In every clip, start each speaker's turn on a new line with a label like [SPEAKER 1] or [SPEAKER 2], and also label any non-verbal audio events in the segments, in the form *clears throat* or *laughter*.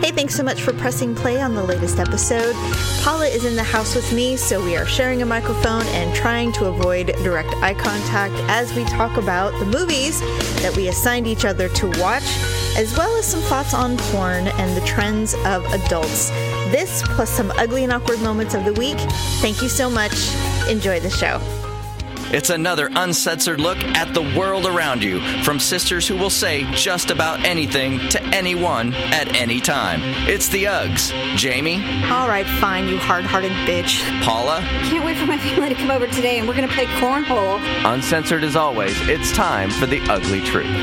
[SPEAKER 1] Hey, thanks so much for pressing play on the latest episode. Paula is in the house with me, so we are sharing a microphone and trying to avoid direct eye contact as we talk about the movies that we assigned each other to watch, as well as some thoughts on porn and the trends of adults. This plus some ugly and awkward moments of the week. Thank you so much. Enjoy the show.
[SPEAKER 2] It's another uncensored look at the world around you from sisters who will say just about anything to anyone at any time. It's the Uggs. Jamie,
[SPEAKER 1] All right, fine, you hard hearted bitch.
[SPEAKER 2] Paula,
[SPEAKER 3] Can't wait for my family to come over today and we're gonna play cornhole.
[SPEAKER 2] uncensored as always, it's time for the ugly truth.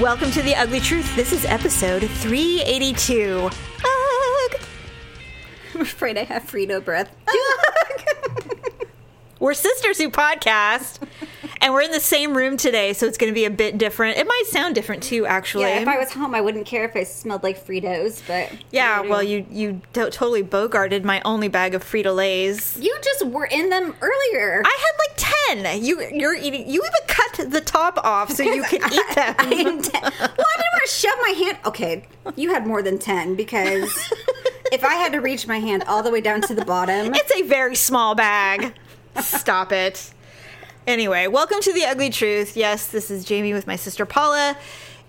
[SPEAKER 1] Welcome to The Ugly Truth. This is episode 382. Ugh.
[SPEAKER 3] I'm afraid I have Frito breath.
[SPEAKER 1] We're sisters who podcast, and we're in the same room today, so it's going to be a bit different. It might sound different to you, actually.
[SPEAKER 3] Yeah, if I was home, I wouldn't care if I smelled like Fritos, but
[SPEAKER 1] Yeah, well, you you to- totally bogarted my only bag of Frito Lay's.
[SPEAKER 3] *laughs* you just were in them earlier.
[SPEAKER 1] I had like ten. You you're eating. You even cut the top off so you could eat them.
[SPEAKER 3] *laughs* I am ten. Well, I didn't want to shove my hand. Okay, you had more than ten because *laughs* if I had to reach my hand all the way down to the bottom,
[SPEAKER 1] It's a very small bag. Stop it. Anyway, welcome to the ugly truth. Yes, this is Jamie with my sister Paula.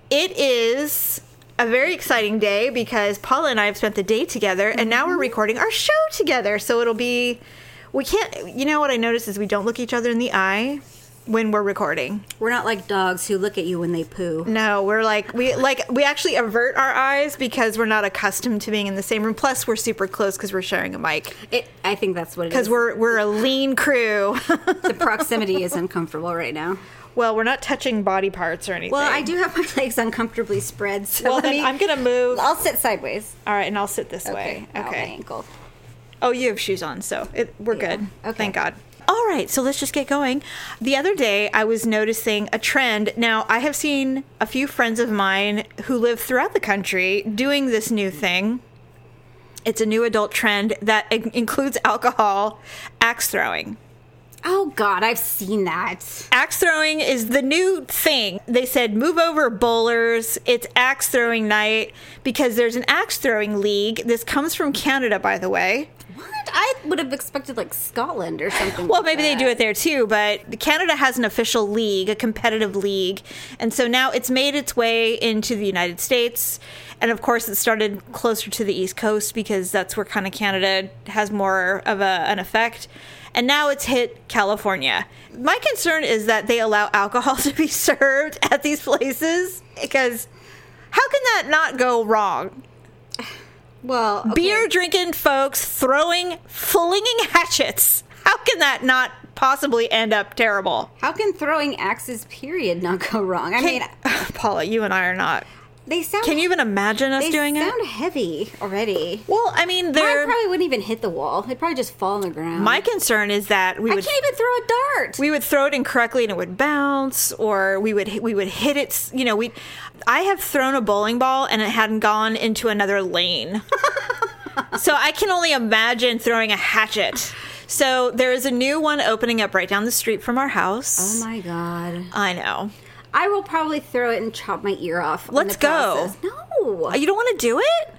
[SPEAKER 1] It is a very exciting day because Paula and I have spent the day together and now we're recording our show together. So it'll be we can't you know what I noticed is we don't look each other in the eye when we're recording.
[SPEAKER 3] we're not like dogs who look at you when they poo.
[SPEAKER 1] No, we're like we like we actually avert our eyes because we're not accustomed to being in the same room. Plus we're super close cuz we're sharing a mic.
[SPEAKER 3] It, I think that's what it
[SPEAKER 1] Cuz
[SPEAKER 3] is.
[SPEAKER 1] we're we're a lean crew.
[SPEAKER 3] the proximity is uncomfortable right now.
[SPEAKER 1] Well, we're not touching body parts or anything.
[SPEAKER 3] Well, I do have my legs uncomfortably spread, so
[SPEAKER 1] Well,
[SPEAKER 3] let
[SPEAKER 1] then
[SPEAKER 3] me,
[SPEAKER 1] I'm gonna move.
[SPEAKER 3] I'll sit sideways.
[SPEAKER 1] All right, and I'll sit this way.
[SPEAKER 3] Ow, my
[SPEAKER 1] Okay.
[SPEAKER 3] ankle.
[SPEAKER 1] Oh, you have shoes on, so it, we're
[SPEAKER 3] Yeah.
[SPEAKER 1] good.
[SPEAKER 3] Okay.
[SPEAKER 1] Thank God. All right, so let's just get going. The other day, I was noticing a trend. Now, I have seen a few friends of mine who live throughout the country doing this new thing. It's a new adult trend that in- includes alcohol, axe throwing.
[SPEAKER 3] Oh God, I've seen that.
[SPEAKER 1] Axe throwing is the new thing. They said move over bowlers. It's axe throwing night because there's an axe throwing league. This comes from Canada, by the way.
[SPEAKER 3] What? I would have expected like Scotland or something.
[SPEAKER 1] Well, maybe they do it there too, but Canada has an official league, a competitive league. And so now it's made its way into the United States. And of course, it started closer to the East Coast because that's where kind of Canada has more of a, an effect. And now it's hit California. My concern is that they allow alcohol *laughs* to be served at these places because how can that not go wrong?
[SPEAKER 3] Well, okay.
[SPEAKER 1] beer drinking folks throwing flinging *laughs* hatchets how can that not possibly end up terrible
[SPEAKER 3] How can throwing axes period not go wrong? I mean,
[SPEAKER 1] *sighs* paula you and i are not
[SPEAKER 3] they sound.
[SPEAKER 1] can you even imagine us
[SPEAKER 3] They
[SPEAKER 1] doing
[SPEAKER 3] sound
[SPEAKER 1] it
[SPEAKER 3] heavy already.
[SPEAKER 1] well i mean
[SPEAKER 3] Mine
[SPEAKER 1] they're,
[SPEAKER 3] probably wouldn't even hit the wall. They'd probably just fall on the ground.
[SPEAKER 1] my concern is that we
[SPEAKER 3] I
[SPEAKER 1] would
[SPEAKER 3] can't even throw a dart.
[SPEAKER 1] we would throw it incorrectly and it would bounce or we would we would hit it s- you know we i have thrown a bowling ball and it hadn't gone into another *laughs* lane so i can only imagine throwing a hatchet so there is a new one opening up right down the street from our house
[SPEAKER 3] oh my god!
[SPEAKER 1] I know.
[SPEAKER 3] I will probably throw it and chop my ear off. on
[SPEAKER 1] Let's
[SPEAKER 3] the
[SPEAKER 1] go.
[SPEAKER 3] process. No,
[SPEAKER 1] You don't want to do it?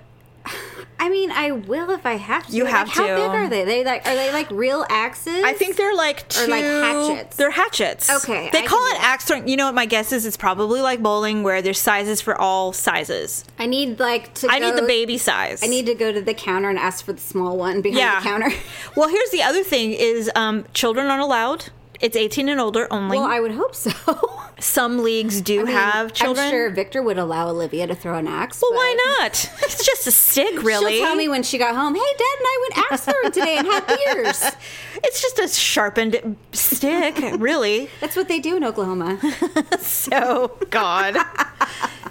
[SPEAKER 3] I mean I will if I have to.
[SPEAKER 1] You
[SPEAKER 3] Like,
[SPEAKER 1] have
[SPEAKER 3] How
[SPEAKER 1] to.
[SPEAKER 3] big are they? They like are they like real axes?
[SPEAKER 1] I think they're like two.
[SPEAKER 3] Or, like, hatchets.
[SPEAKER 1] They're hatchets.
[SPEAKER 3] Okay,
[SPEAKER 1] They
[SPEAKER 3] I
[SPEAKER 1] call
[SPEAKER 3] can
[SPEAKER 1] it
[SPEAKER 3] do
[SPEAKER 1] axe throwing. You know what my guess is? It's probably like bowling where there's sizes for all sizes.
[SPEAKER 3] I need like to.
[SPEAKER 1] I need the
[SPEAKER 3] go-
[SPEAKER 1] baby size.
[SPEAKER 3] I need to go to the counter and ask for the small one behind
[SPEAKER 1] yeah. *laughs*
[SPEAKER 3] the counter.
[SPEAKER 1] well, here's the other thing is um, children aren't allowed. It's 18 and older only.
[SPEAKER 3] well, I would hope so.
[SPEAKER 1] Some leagues do
[SPEAKER 3] I mean,
[SPEAKER 1] have children.
[SPEAKER 3] *laughs* I'm sure Victor would allow Olivia to throw an axe.
[SPEAKER 1] Well, why not? It's just a stick, really.
[SPEAKER 3] *laughs* She'll tell me when she got home. Hey, Dad and I went axe throwing today
[SPEAKER 1] *laughs*
[SPEAKER 3] and had beers.
[SPEAKER 1] It's just a sharpened
[SPEAKER 3] *laughs*
[SPEAKER 1] stick, really.
[SPEAKER 3] That's what they do in Oklahoma.
[SPEAKER 1] So God. *laughs*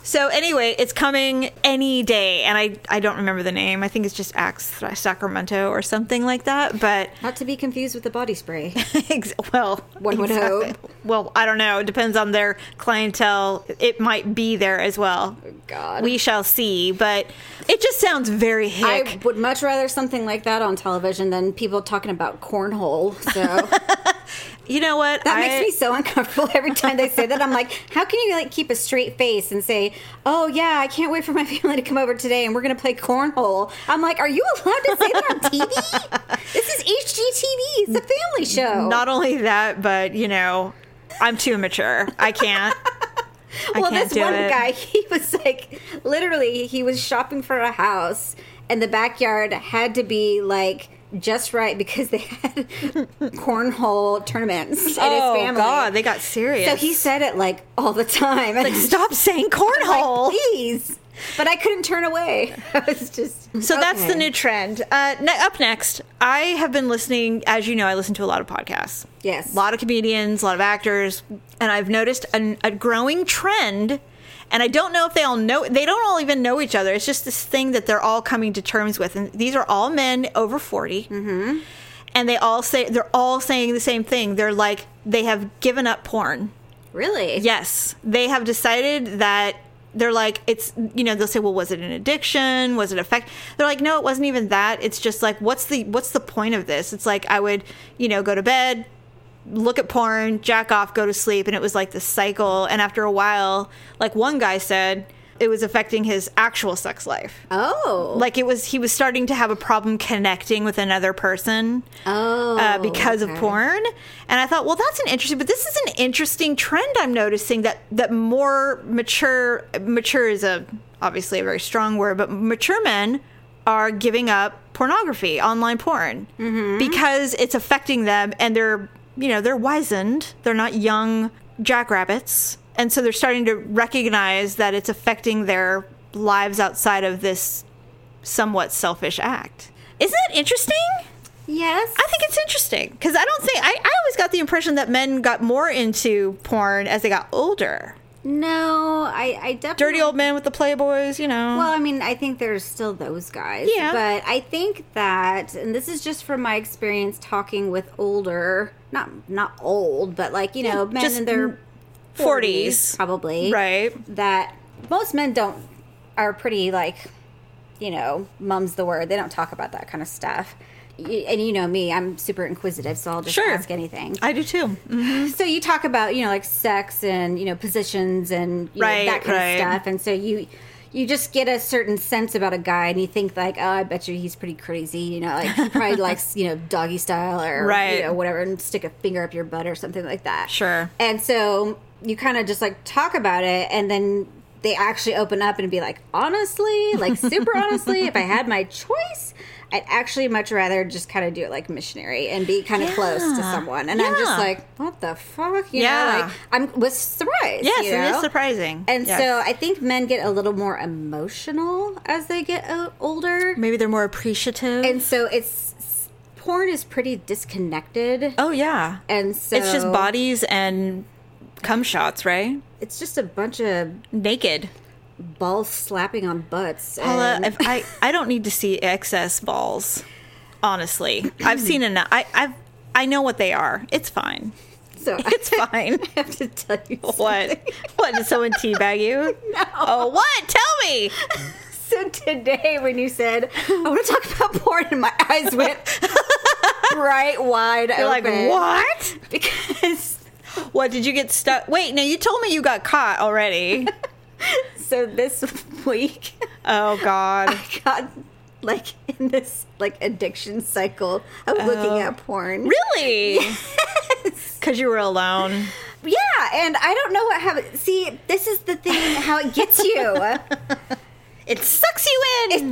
[SPEAKER 1] So anyway, it's coming any day, and I I don't remember the name. I think it's just Axe Sacramento or something like that. But *laughs*
[SPEAKER 3] Not to be confused with the body spray.
[SPEAKER 1] ex- well,
[SPEAKER 3] One would
[SPEAKER 1] exactly.
[SPEAKER 3] hope.
[SPEAKER 1] Well, I don't know. It depends on their clientele. It might be there as well.
[SPEAKER 3] God.
[SPEAKER 1] We shall see. But it just sounds very hick.
[SPEAKER 3] I would much rather something like that on television than people talking about cornhole. So
[SPEAKER 1] You know what?
[SPEAKER 3] That
[SPEAKER 1] I-
[SPEAKER 3] makes me so *laughs* uncomfortable every time they say that. I'm like, how can you like keep a straight face and say, "Oh yeah, I can't wait for my *laughs* family to come over today and we're gonna play cornhole"? I'm like, are you allowed to say that on
[SPEAKER 1] *laughs*
[SPEAKER 3] TV? this is HGTV. It's a family show.
[SPEAKER 1] Not only that, but you know, I'm too immature. I
[SPEAKER 3] *laughs*
[SPEAKER 1] can't. I
[SPEAKER 3] well,
[SPEAKER 1] can't
[SPEAKER 3] this
[SPEAKER 1] do
[SPEAKER 3] one
[SPEAKER 1] it.
[SPEAKER 3] guy, *laughs* he was like, literally, he was shopping for a house, and the backyard had to be like just right because they had *laughs* cornhole tournaments in
[SPEAKER 1] oh
[SPEAKER 3] his family.
[SPEAKER 1] God, they got serious.
[SPEAKER 3] so he said it like all the time.
[SPEAKER 1] like,
[SPEAKER 3] *laughs*
[SPEAKER 1] "Stop saying
[SPEAKER 3] I'm like,
[SPEAKER 1] cornhole."
[SPEAKER 3] please. But I couldn't turn away. *laughs* I was just
[SPEAKER 1] So that's the
[SPEAKER 3] Okay.
[SPEAKER 1] new trend. Uh, ne- up next, I have been listening, as you know, I listen to a lot of podcasts.
[SPEAKER 3] Yes.
[SPEAKER 1] A lot of comedians, a lot of actors, and I've noticed an, a growing trend. And I don't know if they all know, they don't all even know each other. It's just this thing that they're all coming to terms with. And these are all men over 40. Mm-hmm. And they all say, they're all saying the same thing. They're like, they have given up porn.
[SPEAKER 3] really
[SPEAKER 1] Yes, they have decided that they're like it's you know they'll say well was it an addiction was it affect they're like no it wasn't even that it's just like what's the what's the point of this it's like i would you know go to bed look at porn jack off go to sleep and it was like this cycle and after a while like one guy said it was affecting his actual sex life
[SPEAKER 3] Oh,
[SPEAKER 1] like it was he was starting to have a problem connecting with another person
[SPEAKER 3] oh,
[SPEAKER 1] uh, because
[SPEAKER 3] okay.
[SPEAKER 1] of porn. And I thought, well, that's an interesting, but this is an interesting trend I'm noticing that that more mature, mature is a obviously a very strong word, but mature men are giving up pornography, online porn,
[SPEAKER 3] Mm-hmm.
[SPEAKER 1] because it's affecting them, and they're you know they're wizened, they're not young jackrabbits, and so they're starting to recognize that it's affecting their lives outside of this somewhat selfish act. Isn't that interesting?
[SPEAKER 3] Yes,
[SPEAKER 1] I think it's interesting because I don't think I, I always got the impression that men got more into porn as they got older.
[SPEAKER 3] no, I, I definitely
[SPEAKER 1] Dirty old men with the playboys, you know.
[SPEAKER 3] Well, I mean, I think there's still those guys.
[SPEAKER 1] Yeah.
[SPEAKER 3] But I think that, and this is just from my experience talking with older, not not old, but like you know, men
[SPEAKER 1] just
[SPEAKER 3] in their
[SPEAKER 1] 40s.
[SPEAKER 3] probably
[SPEAKER 1] Right.
[SPEAKER 3] That most men don't are pretty like, you know, mum's the word. They don't talk about that kind of stuff. Y- And you know me, I'm super inquisitive, so I'll just
[SPEAKER 1] Sure.
[SPEAKER 3] ask anything
[SPEAKER 1] I do too. Mm.
[SPEAKER 3] Um, so you talk about you know like sex and you know positions and you know,
[SPEAKER 1] Right,
[SPEAKER 3] that kind
[SPEAKER 1] right.
[SPEAKER 3] of stuff and so you you just get a certain sense about a guy and you think like oh i bet you he's pretty crazy you know like
[SPEAKER 1] *laughs*
[SPEAKER 3] he probably likes you know doggy style or
[SPEAKER 1] Right.
[SPEAKER 3] you know whatever and stick a finger up your butt or something like that
[SPEAKER 1] Sure.
[SPEAKER 3] and so you kind of just like talk about it and then they actually open up and be like honestly like super honestly if i had my choice i'd actually much rather just kind of do it like missionary and be kind of close to
[SPEAKER 1] Yeah.
[SPEAKER 3] someone and i'm
[SPEAKER 1] Yeah.
[SPEAKER 3] just like what the fuck? You
[SPEAKER 1] Yeah.
[SPEAKER 3] know, like I'm was surprised.
[SPEAKER 1] Yes,
[SPEAKER 3] you
[SPEAKER 1] it is
[SPEAKER 3] know?
[SPEAKER 1] surprising.
[SPEAKER 3] And
[SPEAKER 1] Yes.
[SPEAKER 3] so I think men get a little more emotional as they get o- older,
[SPEAKER 1] maybe they're more appreciative.
[SPEAKER 3] and so it's porn is pretty disconnected,
[SPEAKER 1] oh yeah,
[SPEAKER 3] and so
[SPEAKER 1] it's just bodies and cum shots, right?
[SPEAKER 3] It's just a bunch of
[SPEAKER 1] Naked.
[SPEAKER 3] balls slapping on butts.
[SPEAKER 1] Paula,
[SPEAKER 3] and-
[SPEAKER 1] if I I don't need to see excess balls. Honestly, I've seen enough. I I've, I know what they are. It's fine.
[SPEAKER 3] *laughs*
[SPEAKER 1] *laughs*
[SPEAKER 3] so
[SPEAKER 1] It's fine.
[SPEAKER 3] I *laughs* have to tell you
[SPEAKER 1] *laughs* What? What did someone teabag you?
[SPEAKER 3] *laughs* No.
[SPEAKER 1] Oh, what? Tell me.
[SPEAKER 3] *laughs* So today, when you said I want to talk about porn, and my eyes
[SPEAKER 1] *laughs*
[SPEAKER 3] went right wide
[SPEAKER 1] You're like,
[SPEAKER 3] open.
[SPEAKER 1] what?
[SPEAKER 3] *laughs* Because
[SPEAKER 1] What did you get stuck? Wait, no, you told me you got caught
[SPEAKER 3] *laughs*
[SPEAKER 1] already.
[SPEAKER 3] so this *laughs* week
[SPEAKER 1] Oh God.
[SPEAKER 3] I got like in this like addiction cycle of
[SPEAKER 1] Oh.
[SPEAKER 3] looking at porn.
[SPEAKER 1] Really? Because you were alone.
[SPEAKER 3] Yeah, and I don't know what happened. See, this is the thing how it gets you.
[SPEAKER 1] *laughs* It sucks you in.
[SPEAKER 3] it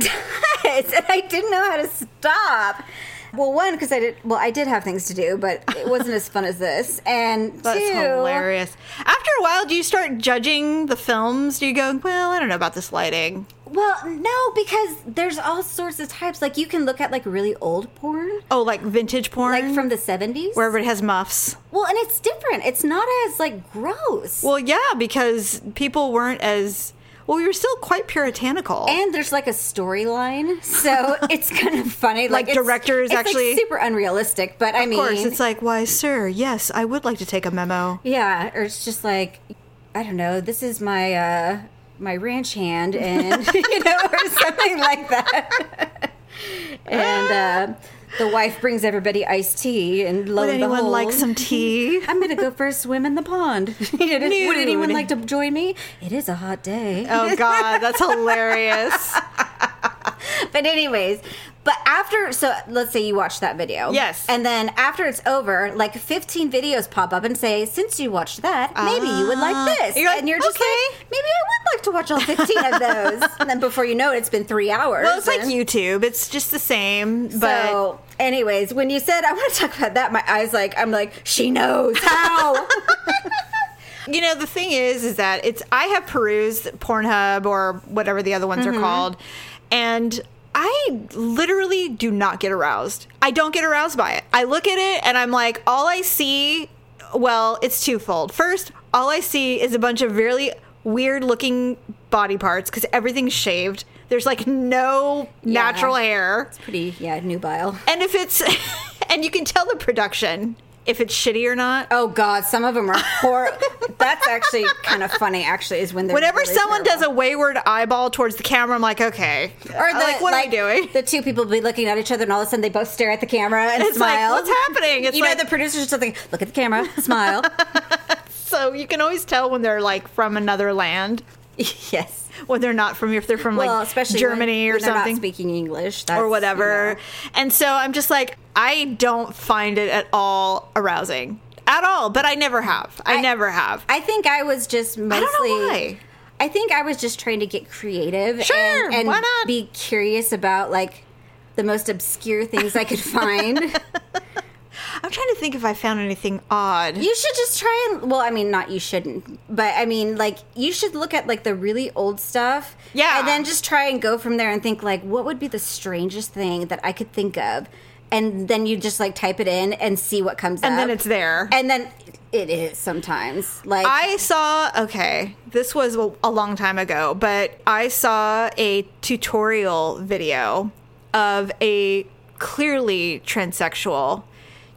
[SPEAKER 3] does, and I didn't know how to stop. Well, one because I did. Well, I did have things to do, but it wasn't as fun as this. And
[SPEAKER 1] *laughs* That's
[SPEAKER 3] two,
[SPEAKER 1] hilarious. After a while, do you start judging the films? Do you go, well, I don't know about this lighting?
[SPEAKER 3] Well, no, because there's all sorts of types. Like you can look at like really old porn,
[SPEAKER 1] Oh, like vintage porn,
[SPEAKER 3] like from the seventies.
[SPEAKER 1] where everybody has muffs.
[SPEAKER 3] Well, and it's different. It's not as like gross.
[SPEAKER 1] Well, yeah, because people weren't as well. We were still quite puritanical.
[SPEAKER 3] and there's like a
[SPEAKER 1] *laughs*
[SPEAKER 3] storyline, so it's kind of funny.
[SPEAKER 1] Like
[SPEAKER 3] it's-
[SPEAKER 1] directors
[SPEAKER 3] it's, like,
[SPEAKER 1] actually-
[SPEAKER 3] super unrealistic, but I
[SPEAKER 1] of
[SPEAKER 3] mean,
[SPEAKER 1] course, it's like, why, sir? Yes, I would like to take a memo.
[SPEAKER 3] yeah, or it's just like I don't know. This is my uh
[SPEAKER 1] *laughs* *laughs*
[SPEAKER 3] my ranch hand, and you know, or something like that. and uh, the wife brings everybody iced tea, and lo
[SPEAKER 1] Would
[SPEAKER 3] and
[SPEAKER 1] anyone
[SPEAKER 3] behold,
[SPEAKER 1] like *laughs* some tea?
[SPEAKER 3] I'm gonna go for a swim in the pond. *laughs* It is- Would anyone
[SPEAKER 1] Nude.
[SPEAKER 3] like to join me? It is a hot day. *laughs*
[SPEAKER 1] Oh God, *laughs* that's hilarious.
[SPEAKER 3] But anyways, but after so let's say you watch that video.
[SPEAKER 1] Yes.
[SPEAKER 3] And then after it's over, like 15 videos pop up and say, since you watched that, maybe you would like this.
[SPEAKER 1] Ah. You're like,
[SPEAKER 3] and you're just
[SPEAKER 1] "Okay."
[SPEAKER 3] like, maybe I would like to watch all 15 of those. and then before you know it, it's been three hours.
[SPEAKER 1] Well, it's like
[SPEAKER 3] and-
[SPEAKER 1] YouTube. It's just the same, but
[SPEAKER 3] So, anyways, when you said I want to talk about that, my eyes like I'm like she
[SPEAKER 1] *laughs*
[SPEAKER 3] knows how.
[SPEAKER 1] You know, the thing is, is that it's I have perused Pornhub or whatever the other ones are called, and I literally do not get aroused. I don't get aroused by it. I look at it and I'm like, all I see, well, it's twofold. First, all I see is a bunch of really weird looking body parts because everything's shaved. There's like no
[SPEAKER 3] Yeah.
[SPEAKER 1] natural hair.
[SPEAKER 3] Pretty, yeah, nubile.
[SPEAKER 1] And if it's, *laughs* and you can tell the production if it's shitty or not.
[SPEAKER 3] Oh God, some of them are horrible. *laughs* That's actually kind of funny. Actually, is when they're
[SPEAKER 1] Whenever
[SPEAKER 3] really
[SPEAKER 1] someone
[SPEAKER 3] terrible.
[SPEAKER 1] does a wayward eyeball towards the camera, I'm like, okay.
[SPEAKER 3] Or the,
[SPEAKER 1] like, what am I
[SPEAKER 3] like,
[SPEAKER 1] doing?
[SPEAKER 3] The two people be looking at each other, and all of a sudden they both stare at the camera and
[SPEAKER 1] It's like,
[SPEAKER 3] smile.
[SPEAKER 1] what's
[SPEAKER 3] *laughs*
[SPEAKER 1] happening? It's
[SPEAKER 3] you
[SPEAKER 1] like-
[SPEAKER 3] know, the producers or something. Look at the camera,
[SPEAKER 1] *laughs*
[SPEAKER 3] smile. *laughs*
[SPEAKER 1] So you can always tell when they're like from another land,
[SPEAKER 3] yes.
[SPEAKER 1] when they're not from if they're from like
[SPEAKER 3] well, especially
[SPEAKER 1] Germany
[SPEAKER 3] when,
[SPEAKER 1] or
[SPEAKER 3] when they're
[SPEAKER 1] something
[SPEAKER 3] not speaking English that's,
[SPEAKER 1] or whatever.
[SPEAKER 3] you
[SPEAKER 1] And so I'm just like, I don't find it at all arousing at all. But I never have. I,
[SPEAKER 3] I-
[SPEAKER 1] never have.
[SPEAKER 3] know. I think I was just mostly.
[SPEAKER 1] why.
[SPEAKER 3] I think I was just trying to get creative.
[SPEAKER 1] Sure,
[SPEAKER 3] and, and
[SPEAKER 1] why not?
[SPEAKER 3] Be curious about like the most obscure
[SPEAKER 1] *laughs*
[SPEAKER 3] things I could find.
[SPEAKER 1] I'm trying to think if I found anything odd.
[SPEAKER 3] You should just try and well, I mean, not you shouldn't, but I mean, like you should look at like the really old stuff,
[SPEAKER 1] Yeah.
[SPEAKER 3] and then just try and go from there and think like, what would be the strangest thing that I could think of, and then you just like type it in and see what comes,
[SPEAKER 1] And
[SPEAKER 3] up.
[SPEAKER 1] then it's there.
[SPEAKER 3] and then it is sometimes like
[SPEAKER 1] I saw, okay, this was a a long time ago, but I saw a tutorial video of a clearly transsexual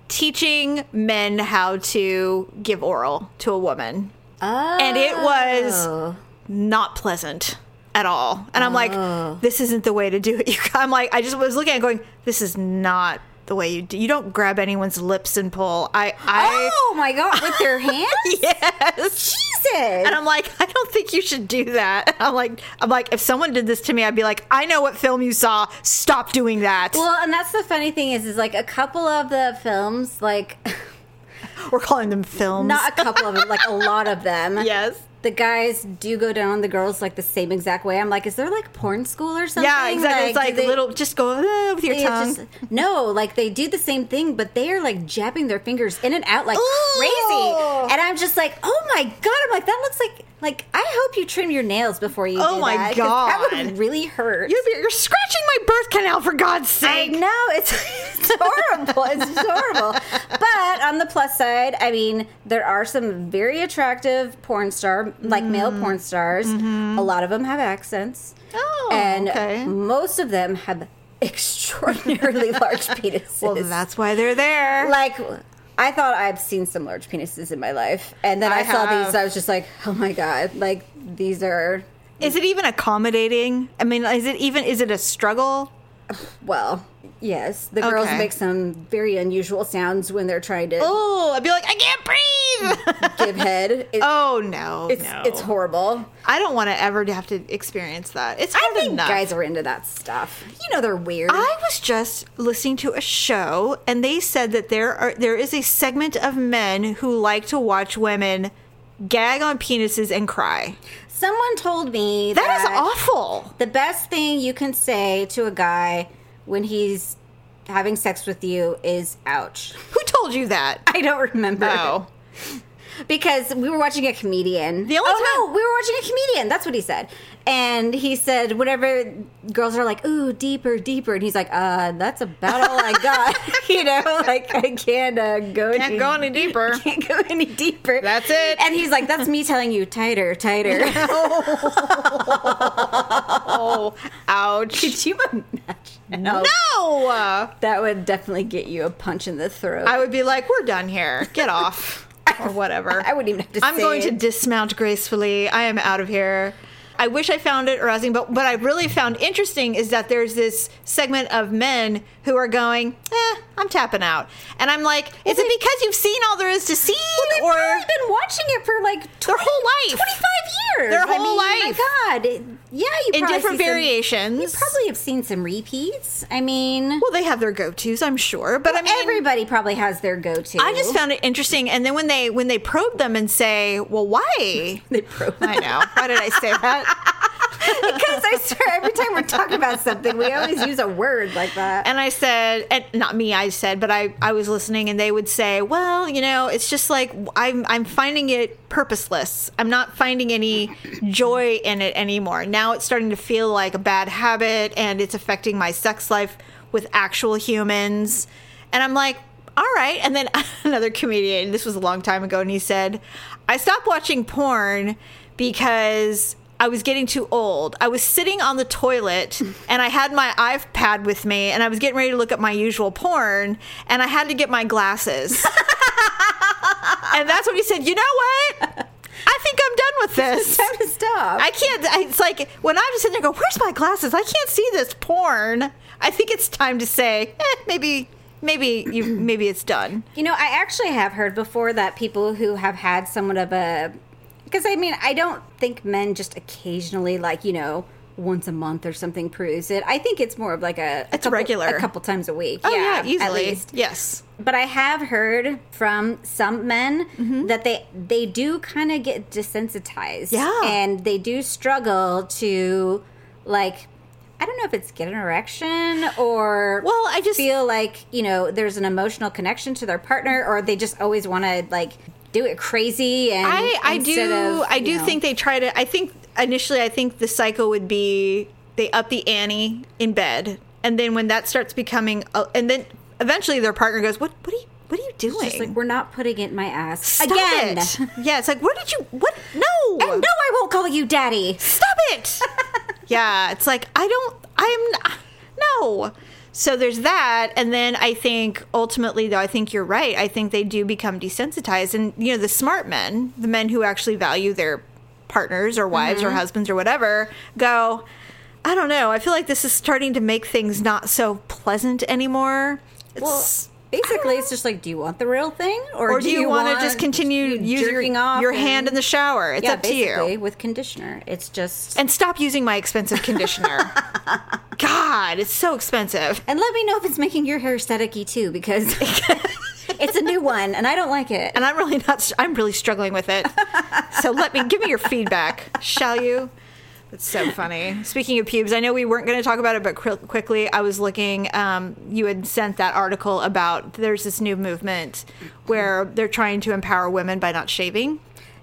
[SPEAKER 1] teaching men how to give oral to a woman. And it
[SPEAKER 3] Oh.
[SPEAKER 1] was not pleasant at all. And I'm
[SPEAKER 3] Oh.
[SPEAKER 1] like, this isn't the way to do it. *laughs* I'm like, I just was looking at it going, this is not the way you do. You don't grab anyone's lips and pull. I, I,
[SPEAKER 3] oh my god
[SPEAKER 1] *laughs*
[SPEAKER 3] with your hands,
[SPEAKER 1] yes.
[SPEAKER 3] Jesus.
[SPEAKER 1] And I'm like, I don't think you should do that. *laughs* I'm like, I'm like, if someone did this to me, I'd be like, I know what film you saw. Stop doing that.
[SPEAKER 3] well, and that's the funny thing is, is like a couple of the films, like *laughs*
[SPEAKER 1] We're calling them films.
[SPEAKER 3] not a couple of them, like a lot of them.
[SPEAKER 1] *laughs* yes.
[SPEAKER 3] the guys do go down on the girls like the same exact way. I'm like, is there like porn school or something?
[SPEAKER 1] Yeah, exactly. it's
[SPEAKER 3] do
[SPEAKER 1] like
[SPEAKER 3] they-
[SPEAKER 1] little, just go "Ah," with your
[SPEAKER 3] *laughs* they
[SPEAKER 1] tongue.
[SPEAKER 3] just- no, like they do the same thing, but they are like jabbing their fingers in and out like
[SPEAKER 1] Ooh.
[SPEAKER 3] crazy. And I'm just like, oh my god! I'm like, that looks like like I hope you trim your nails before you.
[SPEAKER 1] Oh
[SPEAKER 3] do
[SPEAKER 1] my
[SPEAKER 3] that, 'cause that
[SPEAKER 1] God.
[SPEAKER 3] would really hurt.
[SPEAKER 1] you're, you're scratching my birth canal for God's
[SPEAKER 3] I
[SPEAKER 1] sake.
[SPEAKER 3] know it's, *laughs* it's horrible. It's just horrible. But on the plus side, I mean, there are some very attractive porn star, like male
[SPEAKER 1] Mm-hmm.
[SPEAKER 3] porn stars. A lot of them have accents,
[SPEAKER 1] Oh,
[SPEAKER 3] and
[SPEAKER 1] okay.
[SPEAKER 3] most of them have
[SPEAKER 1] *laughs*
[SPEAKER 3] extraordinarily large penises.
[SPEAKER 1] Well, that's why they're there.
[SPEAKER 3] like. I thought I've seen some large penises in my life, and then I,
[SPEAKER 1] I
[SPEAKER 3] saw
[SPEAKER 1] have.
[SPEAKER 3] these. I was just like, "Oh my god!" Like these are
[SPEAKER 1] is it even accommodating? I mean, is it even? Is it a struggle?
[SPEAKER 3] well, yes. The girls
[SPEAKER 1] Okay.
[SPEAKER 3] make some very unusual sounds when they're trying to
[SPEAKER 1] Oh, I'd be like, I can't breathe.
[SPEAKER 3] give head. It-
[SPEAKER 1] *laughs* oh no,
[SPEAKER 3] it's
[SPEAKER 1] no.
[SPEAKER 3] it's horrible.
[SPEAKER 1] I don't want to ever have to experience that. It's
[SPEAKER 3] I
[SPEAKER 1] hard
[SPEAKER 3] think
[SPEAKER 1] enough.
[SPEAKER 3] guys are into that stuff. You know they're weird.
[SPEAKER 1] I was just listening to a show, and they said that there are there is a segment of men who like to watch women gag on penises and cry.
[SPEAKER 3] Someone told me
[SPEAKER 1] that is awful.
[SPEAKER 3] The best thing you can say to a guy when he's having sex with you is "ouch." *laughs*
[SPEAKER 1] Who told you that?
[SPEAKER 3] I don't remember.
[SPEAKER 1] Oh,
[SPEAKER 3] because we were watching a comedian.
[SPEAKER 1] The only
[SPEAKER 3] oh
[SPEAKER 1] time-
[SPEAKER 3] no, we were watching a comedian. That's what he said. And he said, whenever girls are like, "Ooh, deeper, deeper," and he's like, "Uh, that's about all I got." *laughs* you know, like I can't uh, go
[SPEAKER 1] can't go any deeper.
[SPEAKER 3] *laughs* can't go any deeper.
[SPEAKER 1] That's it.
[SPEAKER 3] And he's like, "That's me telling you, tighter, tighter."
[SPEAKER 1] Oh, ouch.
[SPEAKER 3] Could you imagine? *laughs* No.
[SPEAKER 1] *laughs* No,
[SPEAKER 3] That would definitely get you a punch in the throat.
[SPEAKER 1] I would be like, we're done here.
[SPEAKER 3] *laughs*
[SPEAKER 1] Get off, or whatever.
[SPEAKER 3] I wouldn't even have to
[SPEAKER 1] I'm
[SPEAKER 3] say
[SPEAKER 1] going to
[SPEAKER 3] it.
[SPEAKER 1] dismount gracefully. I am out of here. I wish I found it arousing, but what I really found interesting is that there's this segment of men who are going, eh, I'm tapping out. And I'm like, is it because you've seen all there is to see?
[SPEAKER 3] They've
[SPEAKER 1] or
[SPEAKER 3] probably been watching it for like 20,
[SPEAKER 1] Their whole life.
[SPEAKER 3] 25 years.
[SPEAKER 1] Their
[SPEAKER 3] I
[SPEAKER 1] whole
[SPEAKER 3] mean,
[SPEAKER 1] life.
[SPEAKER 3] My God. It- yeah, you
[SPEAKER 1] in
[SPEAKER 3] probably
[SPEAKER 1] different
[SPEAKER 3] see some-
[SPEAKER 1] variations.
[SPEAKER 3] you probably have seen some repeats. I mean,
[SPEAKER 1] well, they have their go tos, I'm sure. But I mean,
[SPEAKER 3] everybody probably has their go-to.
[SPEAKER 1] I just
[SPEAKER 3] *laughs*
[SPEAKER 1] found it interesting. And then when they when they probe them and say, well, why?
[SPEAKER 3] they probe
[SPEAKER 1] I know. Why did I say that?
[SPEAKER 3] because I swear every time we're talking about something, we always use a word like that.
[SPEAKER 1] And I said, and not me, I said, but I, I was listening and they would say, well, you know, it's just like I'm, I'm finding it purposeless. I'm not finding any joy in it anymore. Now it's starting to feel like a bad habit and it's affecting my sex life with actual humans. And I'm like, all right. And then *laughs* another comedian, this was a long time ago, and he said, I stopped watching porn because I was getting too old. I was sitting on the toilet and I had my iPad with me and I was getting ready to look at my usual porn and I had to get my glasses. and that's when he said, You know what? I think I'm done with this.
[SPEAKER 3] Time to stop.
[SPEAKER 1] I can't. I- It's like when I'm just sitting there, go, "Where's my glasses? I can't see this porn." I think it's time to say, eh, maybe, maybe you, maybe it's done.
[SPEAKER 3] You know, I actually have heard before that people who have had somewhat of a because I mean, I don't think men just occasionally like, you know, once a month or something peruse it. I think it's more of like a, a
[SPEAKER 1] It's
[SPEAKER 3] couple-
[SPEAKER 1] regular.
[SPEAKER 3] a couple times a week.
[SPEAKER 1] Oh yeah,
[SPEAKER 3] at
[SPEAKER 1] easily.
[SPEAKER 3] least.
[SPEAKER 1] Yes.
[SPEAKER 3] But I have heard from some men
[SPEAKER 1] Mm-hmm.
[SPEAKER 3] that they they do kind of get desensitized.
[SPEAKER 1] Yeah.
[SPEAKER 3] and they do struggle to like. I don't know if it's get an erection or
[SPEAKER 1] Well, I just-
[SPEAKER 3] feel like you know there's an emotional connection to their partner, or they just always want to like do it crazy and
[SPEAKER 1] I, I
[SPEAKER 3] instead
[SPEAKER 1] do
[SPEAKER 3] of,
[SPEAKER 1] I
[SPEAKER 3] you
[SPEAKER 1] do
[SPEAKER 3] know-
[SPEAKER 1] think they try to I think initially I think the cycle would be they up the ante in bed and then when that starts becoming uh, and then eventually their partner goes what what are you what are you doing
[SPEAKER 3] It's like we're not putting it in my ass
[SPEAKER 1] Stop
[SPEAKER 3] again. *laughs*
[SPEAKER 1] it. yeah it's like where did you what no
[SPEAKER 3] And no, I won't call you daddy.
[SPEAKER 1] stop it *laughs* yeah it's like i don't i'm no so there's that and then i think ultimately though i think you're right i think they do become desensitized and you know the smart men the men who actually value their partners or wives or husbands or whatever go i don't know i feel like this is starting to make things not so pleasant anymore it's,
[SPEAKER 3] Well, basically, it's just like, do you want the real thing,
[SPEAKER 1] or do, you, want to just continue
[SPEAKER 3] you
[SPEAKER 1] using your,
[SPEAKER 3] jerking off
[SPEAKER 1] your
[SPEAKER 3] and-
[SPEAKER 1] hand in the shower it's
[SPEAKER 3] yeah,
[SPEAKER 1] up to you
[SPEAKER 3] basically, with conditioner. It's just and,
[SPEAKER 1] and stop using my expensive conditioner. God, it's so expensive.
[SPEAKER 3] let me know if it's making your hair staticky
[SPEAKER 1] *laughs*
[SPEAKER 3] too, because it's a new one and I don't like it.
[SPEAKER 1] And I'm really not. I'm really struggling with it. So let me give me your feedback, shall you? That's so funny. Speaking of pubes, I know we weren't going to talk about it, but qu- quickly, I was looking. Um, you had sent that article about there's this new movement where they're trying to empower women by not shaving.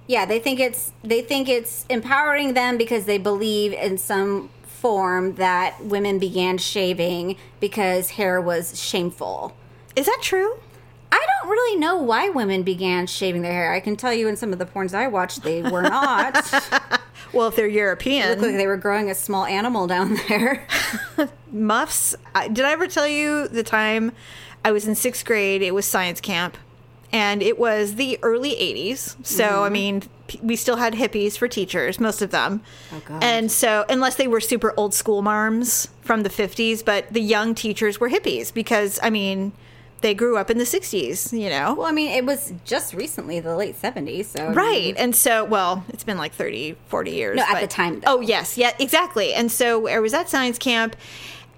[SPEAKER 3] yeah, they think it's they think it's empowering them because they believe in some form that women began shaving because hair was shameful.
[SPEAKER 1] Is that true?
[SPEAKER 3] I don't really know why women began shaving their hair. I can tell you in some of the porns I watched, they were not.
[SPEAKER 1] *laughs* Well, if they're European,
[SPEAKER 3] Looked like they were growing a small animal down *laughs* there.
[SPEAKER 1] muffs. I, did I ever tell you the time I was in sixth grade? It was science camp, and it was the early '80s. So I mean, p- we still had hippies for teachers, most of them. Oh
[SPEAKER 3] God.
[SPEAKER 1] And so, unless they were super old school marms from the '50s, but the young teachers were hippies because I mean, they grew up in the '60s. You know,
[SPEAKER 3] Well, I mean, it was just recently the late 70s, so. I mean,
[SPEAKER 1] Right. And so, well, it's been like 30, 40 years.
[SPEAKER 3] No, at
[SPEAKER 1] but-
[SPEAKER 3] the time, though.
[SPEAKER 1] Oh, yes. Yeah, exactly. And so I was at science camp.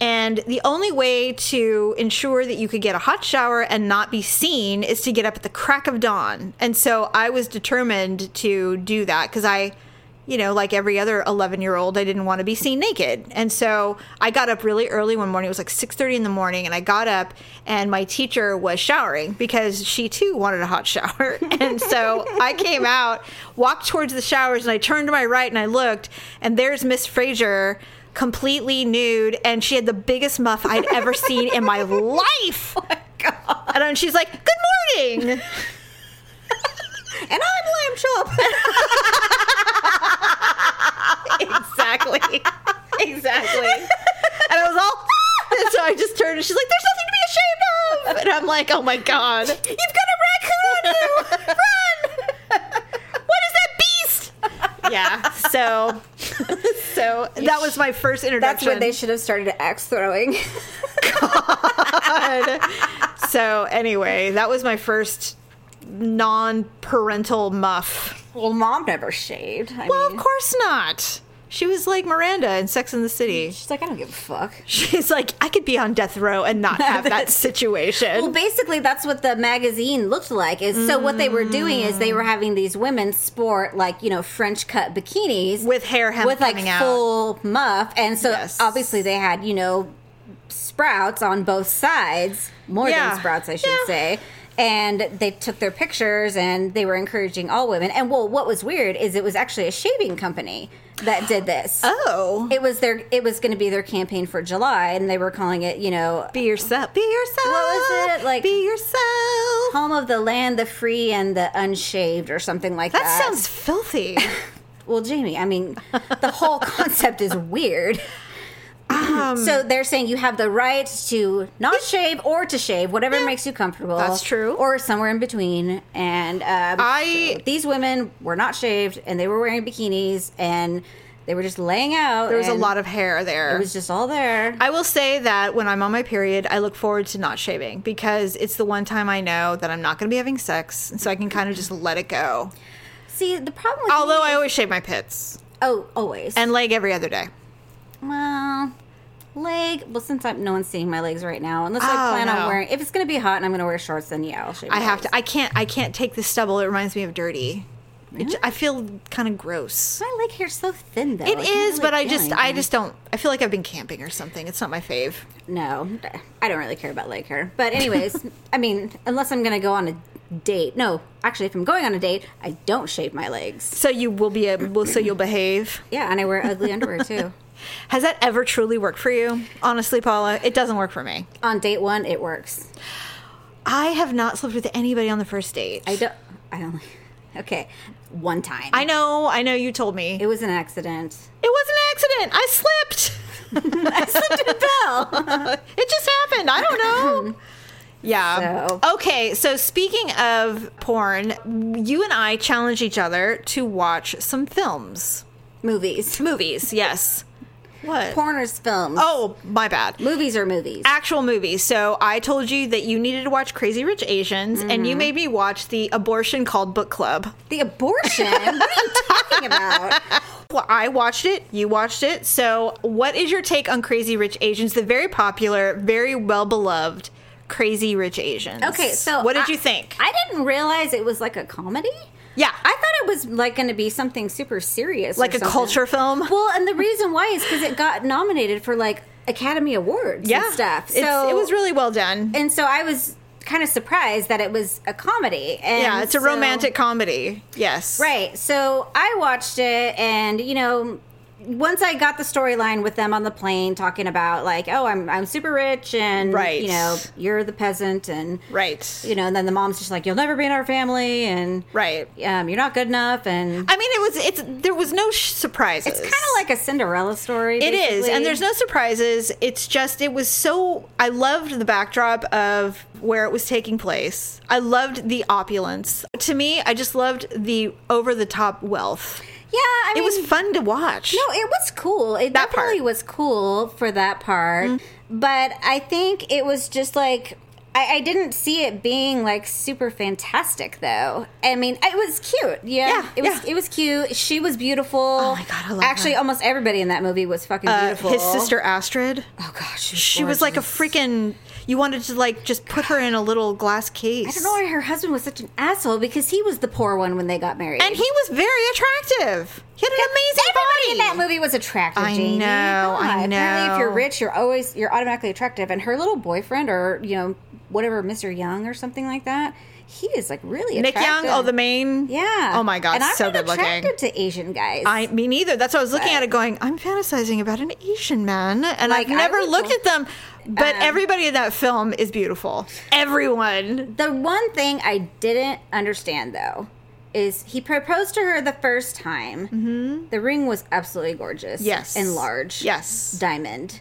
[SPEAKER 1] And the only way to ensure that you could get a hot shower and not be seen is to get up at the crack of dawn. And so I was determined to do that because I, you know, like every other 11 year old, I didn't want to be seen naked. And so I got up really early one morning. It was like 6.30 in the morning. And I got up and my teacher was showering because she too wanted a hot shower. *laughs* And so I came out, walked towards the showers and I turned to my right and I looked and there's Miss Frazier completely nude. And she had the biggest muff I'd ever seen in my *laughs* life. And then she's like, good morning.
[SPEAKER 3] And I'm Lamb Chop.
[SPEAKER 1] *laughs* exactly. Exactly. And I was all, *laughs* "Ah!" and so I just turned and she's like, there's nothing to be ashamed of. And I'm like, oh my God. *laughs* You've got a raccoon *laughs* on you. Run. what is that beast? Yeah. So *laughs* so that was my first
[SPEAKER 3] That's
[SPEAKER 1] introduction.
[SPEAKER 3] when they should have started axe throwing. *laughs*
[SPEAKER 1] so anyway, that was my first non-parental muff.
[SPEAKER 3] well, mom never shaved. I
[SPEAKER 1] Well,
[SPEAKER 3] mean,
[SPEAKER 1] of course not. She was like Miranda in Sex in the City.
[SPEAKER 3] she's like, I don't give a fuck.
[SPEAKER 1] She's like, I could be on death row and not *laughs* have that situation.
[SPEAKER 3] Well, basically, that's what the magazine looked like. Is so what they were doing is they were having these women sport like you know French cut bikinis
[SPEAKER 1] With hair hem
[SPEAKER 3] with like
[SPEAKER 1] coming out.
[SPEAKER 3] full muff, and so
[SPEAKER 1] Yes.
[SPEAKER 3] obviously they had you know sprouts on both sides, more
[SPEAKER 1] Yeah.
[SPEAKER 3] than sprouts, I should
[SPEAKER 1] Yeah.
[SPEAKER 3] say. And they took their pictures, and they were encouraging all women. And well, what was weird is it was actually a shaving company that did this.
[SPEAKER 1] oh,
[SPEAKER 3] It was their. It was going to be their campaign for July, and they were calling it, you know,
[SPEAKER 1] be yourself. Be yourself.
[SPEAKER 3] What was it? Like-
[SPEAKER 1] be yourself.
[SPEAKER 3] home of the land, the free, and the unshaved, or something like that.
[SPEAKER 1] That sounds
[SPEAKER 3] *laughs*
[SPEAKER 1] filthy.
[SPEAKER 3] well, Jamie. I mean,
[SPEAKER 1] *laughs*
[SPEAKER 3] the whole concept is weird.
[SPEAKER 1] Um,
[SPEAKER 3] so they're saying you have the right to not shave or to shave, whatever makes you comfortable.
[SPEAKER 1] That's true.
[SPEAKER 3] or somewhere in between. And um,
[SPEAKER 1] I-
[SPEAKER 3] so these women were not shaved, and they were wearing bikinis, and they were just laying out.
[SPEAKER 1] There was a
[SPEAKER 3] and
[SPEAKER 1] lot of hair there.
[SPEAKER 3] It was just all there.
[SPEAKER 1] I will say that when I'm on my period, I look forward to not shaving because it's the one time I know that I'm not going to be having sex, so I can kind of just let it go.
[SPEAKER 3] See, the problem. With
[SPEAKER 1] Although
[SPEAKER 3] me
[SPEAKER 1] I
[SPEAKER 3] is-
[SPEAKER 1] always shave my pits
[SPEAKER 3] oh, always
[SPEAKER 1] and leg every other day.
[SPEAKER 3] Well, leg. Well, since I'm, no one's seeing my legs right now, unless
[SPEAKER 1] Oh,
[SPEAKER 3] I plan
[SPEAKER 1] no.
[SPEAKER 3] on wearing. If it's gonna be hot and I'm gonna wear shorts, then yeah, I'll shave.
[SPEAKER 1] I have to. I can't. I can't take the stubble. It reminds me of dirty. It j I I feel kind of gross.
[SPEAKER 3] My leg hair's so thin though.
[SPEAKER 1] It
[SPEAKER 3] can't
[SPEAKER 1] is,
[SPEAKER 3] really
[SPEAKER 1] but I
[SPEAKER 3] do
[SPEAKER 1] just, I
[SPEAKER 3] anything.
[SPEAKER 1] just don't. I feel like I've been camping or something. It's not my fave.
[SPEAKER 3] no. I don't really care about leg hair. But anyways, I mean, unless I'm gonna go on a date. No, actually, if I'm going on a date, I don't shave my legs.
[SPEAKER 1] So you will be a. Well, so you'll behave.
[SPEAKER 3] Yeah, and I wear ugly
[SPEAKER 1] *laughs*
[SPEAKER 3] underwear too.
[SPEAKER 1] Has that ever truly worked for you? Honestly, Paula, it doesn't work for me.
[SPEAKER 3] On date one, it works.
[SPEAKER 1] I have not slept with anybody on the first date.
[SPEAKER 3] I don't. I only. Okay, one time.
[SPEAKER 1] I know, I know you told me.
[SPEAKER 3] It was an accident.
[SPEAKER 1] It was an accident. I slipped. *laughs*
[SPEAKER 3] I slipped a bell.
[SPEAKER 1] It just happened. I don't know. Yeah.
[SPEAKER 3] So-
[SPEAKER 1] Okay, so speaking of porn, you and I challenged each other to watch some films.
[SPEAKER 3] Movies. *laughs*
[SPEAKER 1] Movies, yes. What?
[SPEAKER 3] Porners films.
[SPEAKER 1] Oh, my bad.
[SPEAKER 3] Movies are movies.
[SPEAKER 1] Actual movies. So I told you that you needed to watch Crazy Rich Asians, and
[SPEAKER 3] Mm-hmm.
[SPEAKER 1] you made me watch the abortion called Book Club.
[SPEAKER 3] the abortion? what are you
[SPEAKER 1] *laughs*
[SPEAKER 3] talking about?
[SPEAKER 1] Well, I watched it. You watched it. So, what is your take on Crazy Rich Asians, the very popular, very well beloved Crazy Rich Asians?
[SPEAKER 3] Okay, so
[SPEAKER 1] what did
[SPEAKER 3] I-
[SPEAKER 1] you think?
[SPEAKER 3] I didn't realize it was like a comedy.
[SPEAKER 1] Yeah.
[SPEAKER 3] I thought it was like going to be something super serious, or
[SPEAKER 1] Like a
[SPEAKER 3] something.
[SPEAKER 1] culture film?
[SPEAKER 3] Well, and the reason why is because it got nominated for like Academy Awards
[SPEAKER 1] yeah,
[SPEAKER 3] and stuff. So
[SPEAKER 1] It's- it was really well done.
[SPEAKER 3] and so I was kind of surprised that it was a comedy. And
[SPEAKER 1] yeah, it's a
[SPEAKER 3] so-
[SPEAKER 1] romantic comedy. Yes,
[SPEAKER 3] Right. So I watched it, and you know, once I got the storyline with them on the plane talking about like, oh, I'm I'm super rich, and
[SPEAKER 1] Right.
[SPEAKER 3] you know, you're the peasant, and
[SPEAKER 1] right,
[SPEAKER 3] you know, and then the mom's just like, you'll never be in our family, and
[SPEAKER 1] right.
[SPEAKER 3] um, you're not good enough, and
[SPEAKER 1] I mean, it was. It's there was no sh- surprises.
[SPEAKER 3] it's kind of like a Cinderella story.
[SPEAKER 1] It is,
[SPEAKER 3] basically.
[SPEAKER 1] and there's no surprises. It's just it was so I loved the backdrop of where it was taking place. I loved the opulence. To me, I just loved the over the top wealth.
[SPEAKER 3] yeah, I
[SPEAKER 1] It
[SPEAKER 3] mean,
[SPEAKER 1] was fun to watch.
[SPEAKER 3] No, it was cool. It
[SPEAKER 1] That
[SPEAKER 3] definitely
[SPEAKER 1] part. Mm-hmm.
[SPEAKER 3] was cool for that part. But I think it was just like I, I didn't see it being like super fantastic though. I mean, it was cute. Yeah,
[SPEAKER 1] Yeah,
[SPEAKER 3] it was.
[SPEAKER 1] yeah.
[SPEAKER 3] It was cute. She was beautiful. Oh
[SPEAKER 1] my God, I love
[SPEAKER 3] Actually,
[SPEAKER 1] her.
[SPEAKER 3] almost everybody in that movie was fucking
[SPEAKER 1] Uh,
[SPEAKER 3] beautiful.
[SPEAKER 1] his sister Astrid,
[SPEAKER 3] Oh gosh,
[SPEAKER 1] she was like a
[SPEAKER 3] gorgeous.
[SPEAKER 1] freaking. You wanted to like just put her in a little glass case.
[SPEAKER 3] I don't know why her husband was such an asshole because he was the poor one when they got married.
[SPEAKER 1] And he was very attractive. He had an amazing
[SPEAKER 3] Everybody in
[SPEAKER 1] body.
[SPEAKER 3] that movie was attractive.
[SPEAKER 1] I
[SPEAKER 3] Jamie.
[SPEAKER 1] know, I
[SPEAKER 3] Apparently, if you're
[SPEAKER 1] know.
[SPEAKER 3] rich, you're always you're automatically attractive. And her little boyfriend, or you know, whatever, Mr. Young or something like that, he is like really
[SPEAKER 1] Nick
[SPEAKER 3] attractive.
[SPEAKER 1] Young, oh the main.
[SPEAKER 3] yeah.
[SPEAKER 1] Oh my god,
[SPEAKER 3] and I'm
[SPEAKER 1] so
[SPEAKER 3] not
[SPEAKER 1] good looking.
[SPEAKER 3] attracted to Asian guys.
[SPEAKER 1] I me neither. That's what I was looking
[SPEAKER 3] But-
[SPEAKER 1] at it, going, I'm fantasizing about an Asian man, and
[SPEAKER 3] Like,
[SPEAKER 1] I've
[SPEAKER 3] I
[SPEAKER 1] never
[SPEAKER 3] would-
[SPEAKER 1] looked at them. But
[SPEAKER 3] Um,
[SPEAKER 1] everybody in that film is beautiful. Everyone.
[SPEAKER 3] the one thing I didn't understand though is he proposed to her the first time. Mm-hmm. The ring was absolutely gorgeous.
[SPEAKER 1] Yes.
[SPEAKER 3] and large.
[SPEAKER 1] Yes.
[SPEAKER 3] diamond.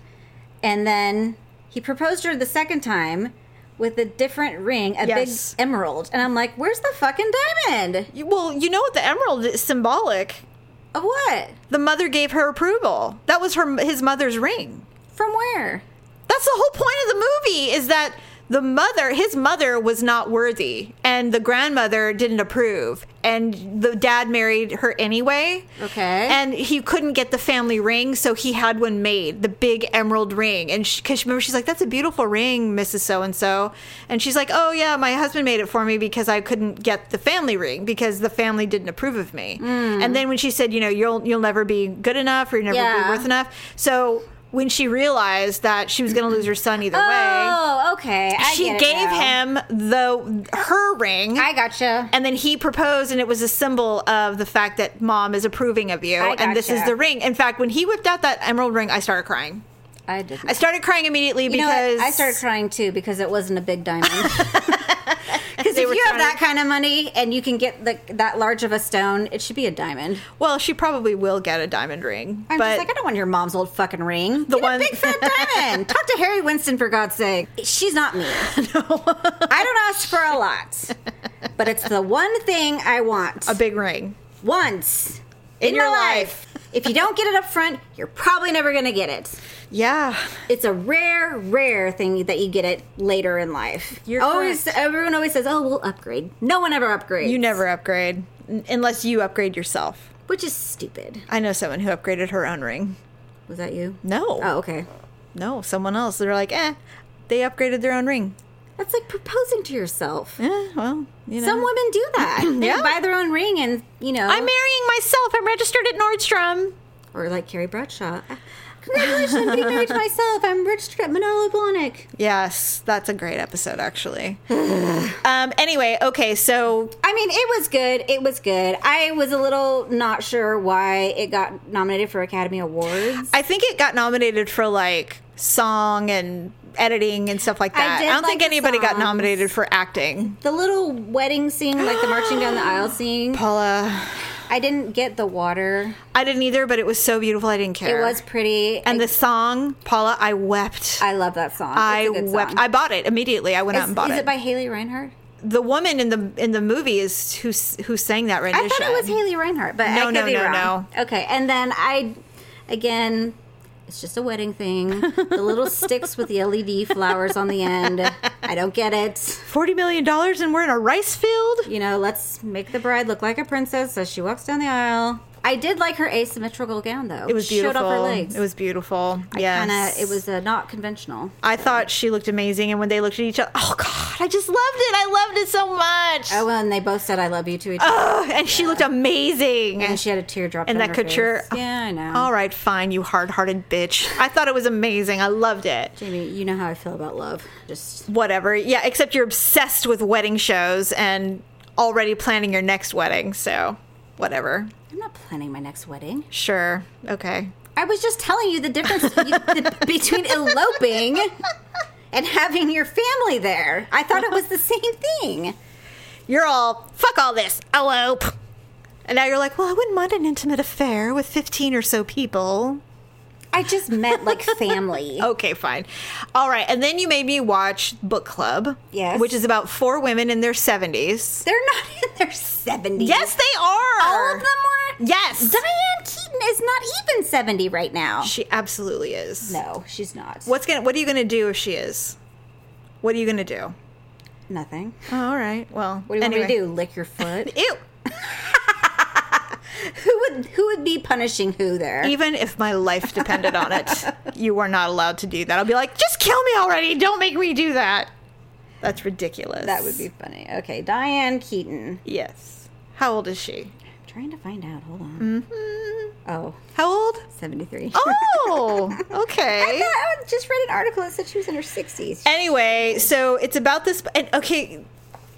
[SPEAKER 3] And then he proposed to her the second time with a different ring, a
[SPEAKER 1] Yes.
[SPEAKER 3] big emerald. And I'm like, where's the fucking diamond?
[SPEAKER 1] You- Well, you know what? The emerald is symbolic
[SPEAKER 3] Of what?
[SPEAKER 1] The mother gave her approval. That was her his mother's ring.
[SPEAKER 3] From where?
[SPEAKER 1] That's the whole point of the movie is that the mother, his mother was not worthy and the grandmother didn't approve and the dad married her anyway.
[SPEAKER 3] Okay.
[SPEAKER 1] And he couldn't get the family ring, so he had one made, the big emerald ring. And she, cuz remember she's like that's a beautiful ring, Mrs. so and so. And she's like, "Oh yeah, my husband made it for me because I couldn't get the family ring because the family didn't approve of me."
[SPEAKER 3] Mm.
[SPEAKER 1] And then when she said, you know, you'll you'll never be good enough or you'll never
[SPEAKER 3] Yeah.
[SPEAKER 1] be worth enough. So when she realized that she was going to lose her son either way,
[SPEAKER 3] Oh, okay. I
[SPEAKER 1] she
[SPEAKER 3] get it
[SPEAKER 1] gave
[SPEAKER 3] now.
[SPEAKER 1] him the her ring.
[SPEAKER 3] I gotcha.
[SPEAKER 1] and then he proposed, and it was a symbol of the fact that mom is approving of you,
[SPEAKER 3] I
[SPEAKER 1] and this is
[SPEAKER 3] gotcha.
[SPEAKER 1] the ring. In fact, when he whipped out that emerald ring, I started crying.
[SPEAKER 3] I did.
[SPEAKER 1] I started crying immediately
[SPEAKER 3] You know what?
[SPEAKER 1] because
[SPEAKER 3] I started crying too because it wasn't a
[SPEAKER 1] *laughs*
[SPEAKER 3] big diamond. Because if
[SPEAKER 1] They
[SPEAKER 3] you
[SPEAKER 1] were
[SPEAKER 3] have
[SPEAKER 1] trying-
[SPEAKER 3] that kind of money and you can get the, that large of a stone, it should be a diamond.
[SPEAKER 1] Well, she probably will get a diamond ring,
[SPEAKER 3] I'm
[SPEAKER 1] but
[SPEAKER 3] just like, I don't want your mom's old fucking ring.
[SPEAKER 1] The
[SPEAKER 3] Get
[SPEAKER 1] one-
[SPEAKER 3] a big fat diamond. Talk to Harry Winston for God's sake. She's not
[SPEAKER 1] *laughs*
[SPEAKER 3] me. I don't ask for a lot, but it's the one thing I want
[SPEAKER 1] a big ring.
[SPEAKER 3] once
[SPEAKER 1] In your
[SPEAKER 3] my if you don't get it up front, you're probably never gonna get it.
[SPEAKER 1] Yeah,
[SPEAKER 3] It's a rare, rare thing that you get it later in life.
[SPEAKER 1] You're
[SPEAKER 3] always
[SPEAKER 1] correct.
[SPEAKER 3] everyone always says, "Oh, we'll upgrade." No one ever upgrades.
[SPEAKER 1] you never upgrade n- unless you upgrade yourself.
[SPEAKER 3] which is stupid.
[SPEAKER 1] I know someone who upgraded her own ring.
[SPEAKER 3] Was that you?
[SPEAKER 1] No.
[SPEAKER 3] Oh, okay.
[SPEAKER 1] No, someone else. They're like, eh, they upgraded their own ring.
[SPEAKER 3] That's like proposing to yourself.
[SPEAKER 1] Eh, well, you know.
[SPEAKER 3] Some women do
[SPEAKER 1] *clears throat*
[SPEAKER 3] that. They
[SPEAKER 1] Yeah.
[SPEAKER 3] buy their own ring and, you know,
[SPEAKER 1] I'm marrying myself. I'm registered at Nordstrom.
[SPEAKER 3] or like Carrie Bradshaw. Congratulations, I'm getting married to myself. I'm registered at Manolo Blahnik.
[SPEAKER 1] Yes, that's a great episode, actually. *laughs* um. Anyway, okay, so
[SPEAKER 3] I mean, it was good. It was good. I was a little not sure why it got nominated for Academy Awards.
[SPEAKER 1] I think it got nominated for like song and editing and stuff like
[SPEAKER 3] I
[SPEAKER 1] that. I,
[SPEAKER 3] did
[SPEAKER 1] don't
[SPEAKER 3] like
[SPEAKER 1] think
[SPEAKER 3] the
[SPEAKER 1] anybody got
[SPEAKER 3] songs.
[SPEAKER 1] nominated for acting.
[SPEAKER 3] The little wedding scene, like the marching down the
[SPEAKER 1] *gasps*
[SPEAKER 3] aisle scene,
[SPEAKER 1] Paula,
[SPEAKER 3] I didn't get the water.
[SPEAKER 1] I didn't either, but it was so beautiful. I didn't care.
[SPEAKER 3] It was pretty.
[SPEAKER 1] And
[SPEAKER 3] I,
[SPEAKER 1] the song, Paula, I wept.
[SPEAKER 3] I love that song. It's
[SPEAKER 1] I
[SPEAKER 3] a good
[SPEAKER 1] wept.
[SPEAKER 3] song.
[SPEAKER 1] I bought it immediately. I went out
[SPEAKER 3] is,
[SPEAKER 1] and bought
[SPEAKER 3] is
[SPEAKER 1] it.
[SPEAKER 3] it by Haley Reinhardt?
[SPEAKER 1] the woman in the in the movie is who s- who sang that rendition.
[SPEAKER 3] I thought it was Haley Reinhart, but I
[SPEAKER 1] No,
[SPEAKER 3] could
[SPEAKER 1] no,
[SPEAKER 3] be
[SPEAKER 1] no,
[SPEAKER 3] wrong. Okay, and then I, again, it's just a wedding thing.
[SPEAKER 1] *laughs*
[SPEAKER 3] The little sticks with the LED flowers on the end. I don't get it.
[SPEAKER 1] Forty million dollars, and we're in a rice field.
[SPEAKER 3] You know, let's make the bride look like a princess as she walks down the aisle. I did like her asymmetrical gown though.
[SPEAKER 1] It was beautiful.
[SPEAKER 3] Showed off her legs.
[SPEAKER 1] It was beautiful.
[SPEAKER 3] kind
[SPEAKER 1] Yes,
[SPEAKER 3] of. It was uh, not conventional.
[SPEAKER 1] I thought she looked amazing, and when they looked at each other, oh god, I just loved it. I loved it so much.
[SPEAKER 3] Oh, well, and they both said "I love you" to each other,
[SPEAKER 1] Ugh, *sighs* and she looked amazing.
[SPEAKER 3] and she had a teardrop.
[SPEAKER 1] And
[SPEAKER 3] down
[SPEAKER 1] that
[SPEAKER 3] her
[SPEAKER 1] couture. Oh.
[SPEAKER 3] face. Yeah, I know.
[SPEAKER 1] All right, fine, you hard-hearted bitch. I thought it was amazing. I loved it.
[SPEAKER 3] Jamie, you know how I feel about love. Just
[SPEAKER 1] Whatever. Yeah, except you're obsessed with wedding shows and already planning your next wedding. So, whatever.
[SPEAKER 3] I'm not planning my next wedding.
[SPEAKER 1] Sure. Okay.
[SPEAKER 3] I was just telling you the difference *laughs* you- the- between eloping and having your family there. I thought it was the same thing.
[SPEAKER 1] You're all fuck all this. Elope. And now you're like, well, I wouldn't mind an intimate affair with 15 or so people.
[SPEAKER 3] I just meant like
[SPEAKER 1] *laughs*
[SPEAKER 3] family.
[SPEAKER 1] Okay, fine. All right. And then you made me watch Book Club.
[SPEAKER 3] Yes.
[SPEAKER 1] Which is about four women in their 70s.
[SPEAKER 3] They're not in their 70s.
[SPEAKER 1] Yes, they are.
[SPEAKER 3] All of them were?
[SPEAKER 1] Yes.
[SPEAKER 3] Diane Keaton is not even 70 right now.
[SPEAKER 1] She absolutely is.
[SPEAKER 3] No, she's not.
[SPEAKER 1] What's gonna what are you gonna do if she is? What are you gonna do?
[SPEAKER 3] Nothing.
[SPEAKER 1] Oh, all right. Well,
[SPEAKER 3] What do you
[SPEAKER 1] anyway.
[SPEAKER 3] want me to do? Lick
[SPEAKER 1] *laughs*
[SPEAKER 3] your foot?
[SPEAKER 1] Ew.
[SPEAKER 3] who would who would be punishing who there?
[SPEAKER 1] Even if my life depended on
[SPEAKER 3] *laughs*
[SPEAKER 1] it, you are not allowed to do that. I'll be like, just kill me already. Don't make me do that. That's ridiculous.
[SPEAKER 3] That would be funny. Okay, Diane Keaton.
[SPEAKER 1] Yes. How old is she?
[SPEAKER 3] I'm trying to find out. Hold on. Oh,
[SPEAKER 1] How old?
[SPEAKER 3] *laughs* 73.
[SPEAKER 1] Mm-hmm. Oh,
[SPEAKER 3] I,
[SPEAKER 1] okay.
[SPEAKER 3] thought- I just read an article that said she was in her 60s.
[SPEAKER 1] Anyway, so it's about this. And okay,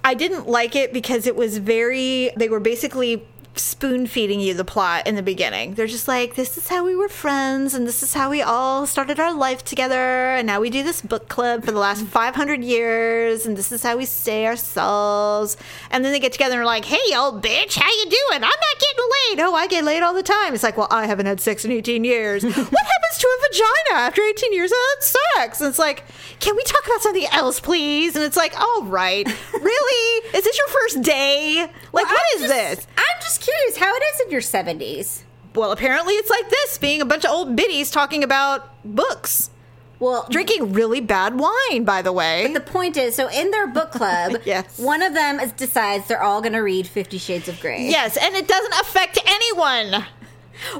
[SPEAKER 1] I didn't like it because it was very. They were basically spoon feeding you the plot in the beginning. They're just like, this is how we were friends, and this is how we all started our life together, and now we do this book club for the last 500 years, and this is how we stay ourselves. And then they get together and are like, hey, old bitch, how you doing? I'm not getting laid. Oh, I get laid all the time. It's like, well, I haven't had sex in 18 years. what happens to a vagina after 18 years of having sex? And it's like, can we talk about something else, please? And it's like, all right, really? is this your first day? Like, what is
[SPEAKER 3] I'm just-
[SPEAKER 1] this?
[SPEAKER 3] I'm just curious how it is in your 70s.
[SPEAKER 1] well, apparently it's like this being a bunch of old biddies talking about books.
[SPEAKER 3] Well,
[SPEAKER 1] Drinking really bad wine, by the way.
[SPEAKER 3] The point is, so in their book club,
[SPEAKER 1] *laughs* Yes.
[SPEAKER 3] one of them is, decides they're all going to read Fifty Shades of Grey.
[SPEAKER 1] yes, and it doesn't affect anyone.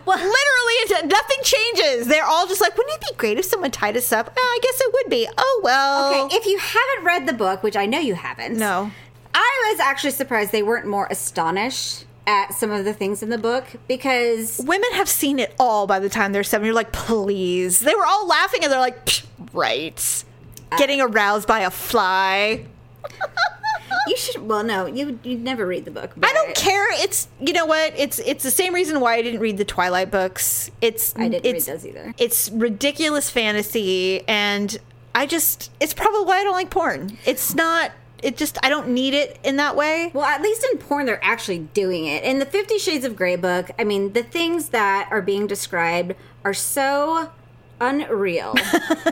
[SPEAKER 1] Well, literally, it, nothing changes. They're all just like, wouldn't it be great if someone tied us up? Ah, I guess it would be. Oh, well.
[SPEAKER 3] Okay, if you haven't read the book, which I know you haven't,
[SPEAKER 1] No.
[SPEAKER 3] I was actually surprised they weren't more astonished at some of the things in the book because
[SPEAKER 1] Women have seen it all by the time they're seven. You're like, please. They were all laughing and they're like, "Psh, right. Getting aroused by a fly.
[SPEAKER 3] you should. Well, no, you you'd never read the book. But
[SPEAKER 1] I don't care. It's you know what? It's it's the same reason why I didn't read the Twilight books. It's
[SPEAKER 3] I didn't read
[SPEAKER 1] it's,
[SPEAKER 3] those either.
[SPEAKER 1] It's ridiculous fantasy, and I just it's probably why I don't like porn. It's not. It just I don't need it in that
[SPEAKER 3] *laughs*
[SPEAKER 1] way.
[SPEAKER 3] Well, at least in porn, they're actually doing it. In the Fifty Shades of Grey book, I mean, the things that are being described are so
[SPEAKER 1] *laughs*
[SPEAKER 3] unreal.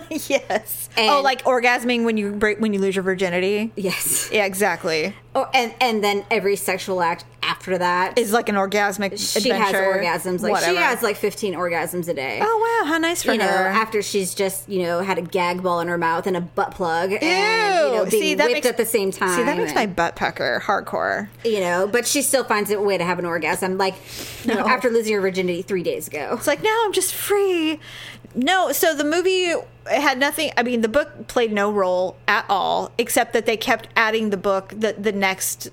[SPEAKER 1] yes.
[SPEAKER 3] And-
[SPEAKER 1] oh, like orgasming when you break when you lose your virginity.
[SPEAKER 3] yes.
[SPEAKER 1] Yeah, exactly.
[SPEAKER 3] Oh, and and then every sexual act after that,
[SPEAKER 1] It's like an orgasmic.
[SPEAKER 3] she has
[SPEAKER 1] adventure,
[SPEAKER 3] orgasms. Like
[SPEAKER 1] whatever.
[SPEAKER 3] she has like fifteen orgasms a day.
[SPEAKER 1] Oh wow, how nice for
[SPEAKER 3] you know,
[SPEAKER 1] her.
[SPEAKER 3] after she's just you know had a gag ball in her mouth and a butt plug, and you know,
[SPEAKER 1] Ew.
[SPEAKER 3] being
[SPEAKER 1] See, that
[SPEAKER 3] whipped
[SPEAKER 1] makes-
[SPEAKER 3] at the same time.
[SPEAKER 1] See, that makes my
[SPEAKER 3] and-
[SPEAKER 1] butt pucker hardcore.
[SPEAKER 3] you know, but she still finds a way to have an orgasm. Like you know, after losing her virginity three days ago.
[SPEAKER 1] It's like now I'm just free. No, so the movie had nothing. I mean, the book played no role at all, except that they kept adding the book, the the next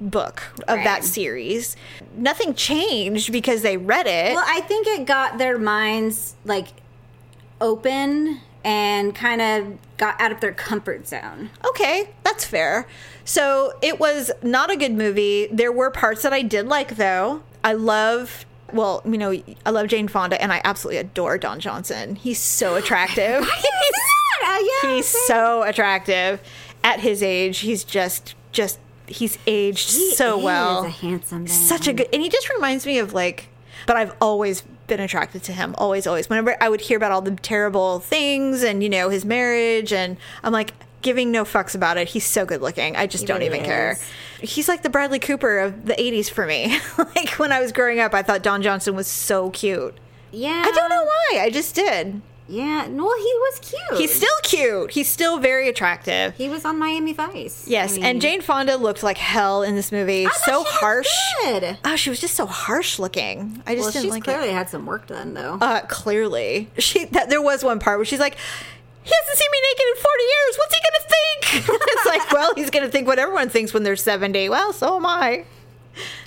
[SPEAKER 1] book of
[SPEAKER 3] Right.
[SPEAKER 1] that series. Nothing changed because they read it.
[SPEAKER 3] Well, I think it got their minds like open and kind of got out of their comfort zone.
[SPEAKER 1] okay, that's fair. So it was not a good movie. There were parts that I did like, though. I love. Well, you know, I love Jane Fonda, and I absolutely adore Don Johnson. He's so
[SPEAKER 3] *laughs*
[SPEAKER 1] attractive. *laughs*
[SPEAKER 3] Oh, yeah,
[SPEAKER 1] he's so attractive at his age he's just just he's aged
[SPEAKER 3] He
[SPEAKER 1] so
[SPEAKER 3] is
[SPEAKER 1] well
[SPEAKER 3] a handsome man.
[SPEAKER 1] such a good and he just reminds me of like but i've always been attracted to him always always whenever i would hear about all the terrible things and you know his marriage and i'm like giving no fucks about it he's so good looking i just don't
[SPEAKER 3] really
[SPEAKER 1] even care
[SPEAKER 3] is.
[SPEAKER 1] he's like the bradley cooper of the 80s for me *laughs* like when i was growing up i thought don johnson was so cute
[SPEAKER 3] yeah.
[SPEAKER 1] i don't know why i just did
[SPEAKER 3] Yeah, no, well, he was cute.
[SPEAKER 1] he's still cute he's still very attractive
[SPEAKER 3] he was on Miami Vice.
[SPEAKER 1] Yes,
[SPEAKER 3] I mean,
[SPEAKER 1] and Jane Fonda looked like hell in this movie.
[SPEAKER 3] I thought she
[SPEAKER 1] so
[SPEAKER 3] was
[SPEAKER 1] harsh.
[SPEAKER 3] Good.
[SPEAKER 1] Oh, she was just so harsh looking. I just
[SPEAKER 3] Well,
[SPEAKER 1] didn't
[SPEAKER 3] she's
[SPEAKER 1] like
[SPEAKER 3] clearly
[SPEAKER 1] it.
[SPEAKER 3] had some work done though.
[SPEAKER 1] Uh, clearly, she that, there was one part where she's like, "He hasn't seen me naked in forty years. What's he gonna think?" *laughs* it's like, well, he's gonna think what everyone thinks when they're seventy. Well, so am I.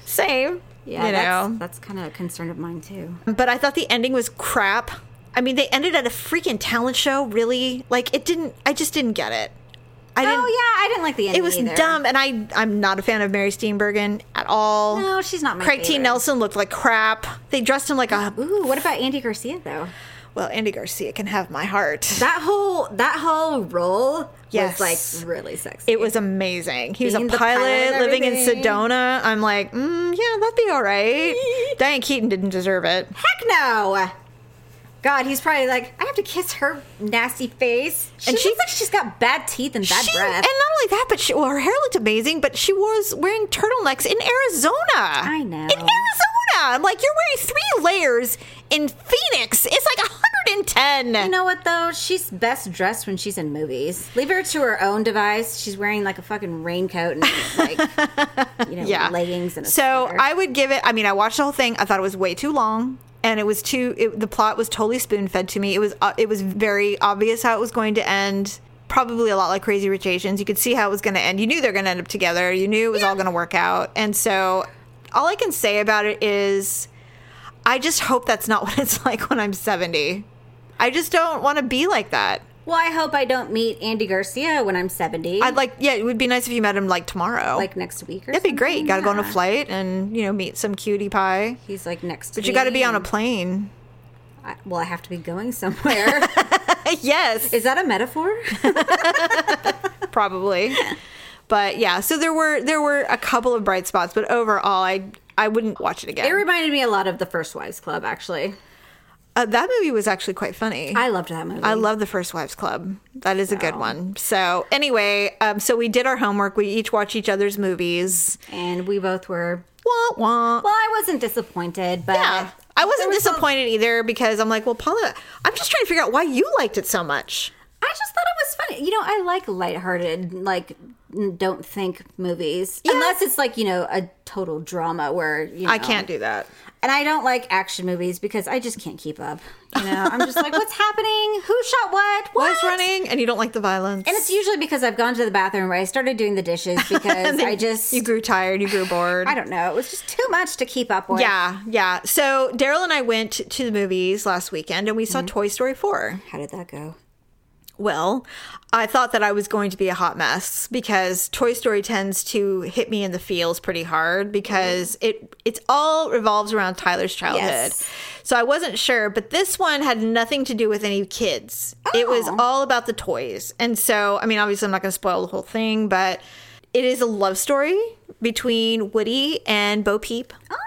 [SPEAKER 1] Same.
[SPEAKER 3] yeah,
[SPEAKER 1] you
[SPEAKER 3] that's,
[SPEAKER 1] know.
[SPEAKER 3] that's kind of a concern of mine too.
[SPEAKER 1] But I thought the ending was crap. I mean, they ended at a freaking talent show. Really, like it didn't. I just didn't get it. I
[SPEAKER 3] Oh yeah,
[SPEAKER 1] didn't.
[SPEAKER 3] I didn't like the ending.
[SPEAKER 1] It was
[SPEAKER 3] either.
[SPEAKER 1] dumb, and I I'm not a fan of Mary Steenburgen at all.
[SPEAKER 3] No, she's not my
[SPEAKER 1] Craig T.
[SPEAKER 3] favorite.
[SPEAKER 1] Nelson looked like crap. They dressed him like a
[SPEAKER 3] Ooh, what about Andy Garcia though?
[SPEAKER 1] well. Andy Garcia can have my
[SPEAKER 3] *laughs*
[SPEAKER 1] heart.
[SPEAKER 3] That whole that whole role
[SPEAKER 1] Yes.
[SPEAKER 3] was like really sexy.
[SPEAKER 1] It was amazing. He was
[SPEAKER 3] Being
[SPEAKER 1] a
[SPEAKER 3] the pilot
[SPEAKER 1] pilot,
[SPEAKER 3] and
[SPEAKER 1] living in
[SPEAKER 3] everything.
[SPEAKER 1] Sedona. I'm like, mm, yeah, that'd be all
[SPEAKER 3] *laughs*
[SPEAKER 1] right. Diane Keaton didn't deserve it.
[SPEAKER 3] Heck no. God, he's probably like, I have to kiss her nasty face. She
[SPEAKER 1] And
[SPEAKER 3] and
[SPEAKER 1] she-
[SPEAKER 3] she looks like she's got bad teeth and bad
[SPEAKER 1] She- and
[SPEAKER 3] breath.
[SPEAKER 1] not only that, but she, well, her hair looked amazing. But she was wearing turtlenecks in Arizona. I
[SPEAKER 3] know.
[SPEAKER 1] In Arizona, I'm like, you're wearing three layers in Phoenix. It's like 110.
[SPEAKER 3] you know what though? She's best dressed when she's in movies. Leave her to her own device. She's wearing like a fucking raincoat and *laughs* like you know leggings and a
[SPEAKER 1] so
[SPEAKER 3] sweater.
[SPEAKER 1] i would give it i mean i watched the whole thing i thought it was way too long and it was too it, the plot was totally spoon-fed to me it was uh, it was very obvious how it was going to end probably a lot like crazy rich asians you could see how it was going to end you knew they were going to end up together you knew it was all going to work out and so all i can say about it is i just hope that's not *laughs* what it's like when i'm 70 i just don't want to be like that
[SPEAKER 3] well, I hope I don't meet Andy Garcia when I'm seventy.
[SPEAKER 1] i'd like yeah it would be nice if you met him like tomorrow
[SPEAKER 3] like next week or
[SPEAKER 1] that'd be great
[SPEAKER 3] something.
[SPEAKER 1] you gotta go on a
[SPEAKER 3] Yeah.
[SPEAKER 1] flight and you know meet some cutie pie
[SPEAKER 3] He's like next
[SPEAKER 1] But you got to be on a plane.
[SPEAKER 3] I, well, I have to be
[SPEAKER 1] *laughs*
[SPEAKER 3] going somewhere.
[SPEAKER 1] yes,
[SPEAKER 3] *laughs* Is that a metaphor?
[SPEAKER 1] probably. But yeah, so there were there were a couple of bright spots, but overall, I I wouldn't watch it
[SPEAKER 3] It
[SPEAKER 1] again.
[SPEAKER 3] reminded me a lot of the First Wives Club, actually.
[SPEAKER 1] uh, that movie was actually quite funny.
[SPEAKER 3] I loved that movie.
[SPEAKER 1] I love the First Wives Club. That is a good one. So anyway, um, so we did our homework. We each watch each other's movies.
[SPEAKER 3] and we both were.
[SPEAKER 1] Wah wah.
[SPEAKER 3] Well, I wasn't disappointed, but
[SPEAKER 1] Yeah. I wasn't disappointed either because I'm like, well, Paula, I'm just trying to figure out why you liked it so much.
[SPEAKER 3] I just thought it was funny. You know, I like lighthearted, like n- don't think movies, unless it's like you know a total drama where you know,
[SPEAKER 1] I can't do that.
[SPEAKER 3] And I don't like action movies because I just can't keep up. You know, I'm just like, what's happening? Who shot what? What?
[SPEAKER 1] *laughs* What's running? And you don't like the violence.
[SPEAKER 3] And it's usually because I've gone to the bathroom where I started doing
[SPEAKER 1] *laughs*
[SPEAKER 3] the dishes because I just
[SPEAKER 1] you grew tired, you grew bored.
[SPEAKER 3] *laughs* I don't know. It was just too much to keep up with.
[SPEAKER 1] Yeah, yeah. So Daryl and I went to the movies last weekend and we saw Toy Story 4.
[SPEAKER 3] How did that go?
[SPEAKER 1] Well, I thought that I was going to be a hot mess because Toy Story tends to hit me in the feels pretty hard because it it's all revolves around Tyler's childhood.
[SPEAKER 3] Yes.
[SPEAKER 1] So I wasn't sure, but this one had nothing to do with any kids. It was all about the toys. And so, I mean, obviously I'm not going to spoil the whole thing, but it is a love story between Woody and Bo Peep.
[SPEAKER 3] Oh.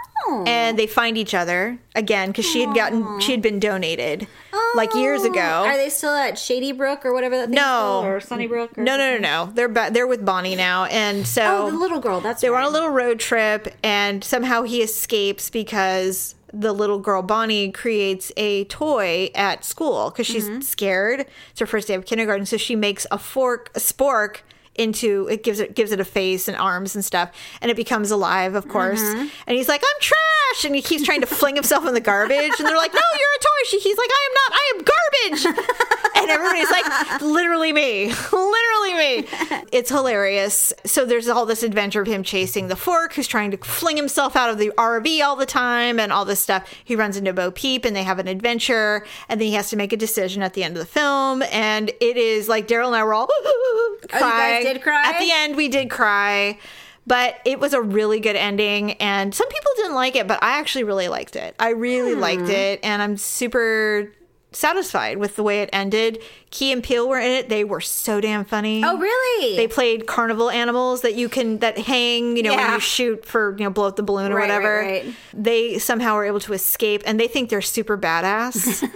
[SPEAKER 1] And they find each other again because she had gotten she had been donated like years ago.
[SPEAKER 3] Oh. Are they still at Shady Brook or whatever that thing's
[SPEAKER 1] Oh. No.
[SPEAKER 3] called, or Sunny Brook? Or
[SPEAKER 1] No, no, no, no. They're ba- they're with Bonnie now, and so
[SPEAKER 3] Oh, the little girl. That's
[SPEAKER 1] they were on a
[SPEAKER 3] right.
[SPEAKER 1] little road trip, and somehow he escapes because the little girl Bonnie creates a toy at school because she's scared. It's her first day of kindergarten, so she makes a fork, a spork into it gives it gives it a face and arms and stuff and it becomes alive of course and he's like i'm trash and he keeps trying to fling himself in the garbage and they're like no you're a toy She- he's like i am not i am
[SPEAKER 3] *laughs*
[SPEAKER 1] garbage and everybody's like, literally me, *laughs* literally me. It's hilarious. So there's all this adventure of him chasing the fork, who's trying to fling himself out of the RV all the time, and all this stuff. He runs into Bo Peep, and they have an adventure, and then he has to make a decision at the end of the film. And it is like Daryl and I were all *laughs*
[SPEAKER 3] Oh, guys
[SPEAKER 1] crying.
[SPEAKER 3] did cry?
[SPEAKER 1] at the end. We did cry. But it was a really good ending, and some people didn't like it, but I actually really liked it. I really
[SPEAKER 3] Hmm.
[SPEAKER 1] liked it, and I'm super satisfied with the way it ended. Key and Peele were in it; they were so damn funny.
[SPEAKER 3] Oh, really?
[SPEAKER 1] They played carnival animals that you can that hang, you know, when
[SPEAKER 3] Yeah.
[SPEAKER 1] you shoot for you know blow up the balloon or
[SPEAKER 3] Right, right,
[SPEAKER 1] whatever.
[SPEAKER 3] right.
[SPEAKER 1] They somehow are able to escape, and they think they're super
[SPEAKER 3] *laughs*
[SPEAKER 1] badass.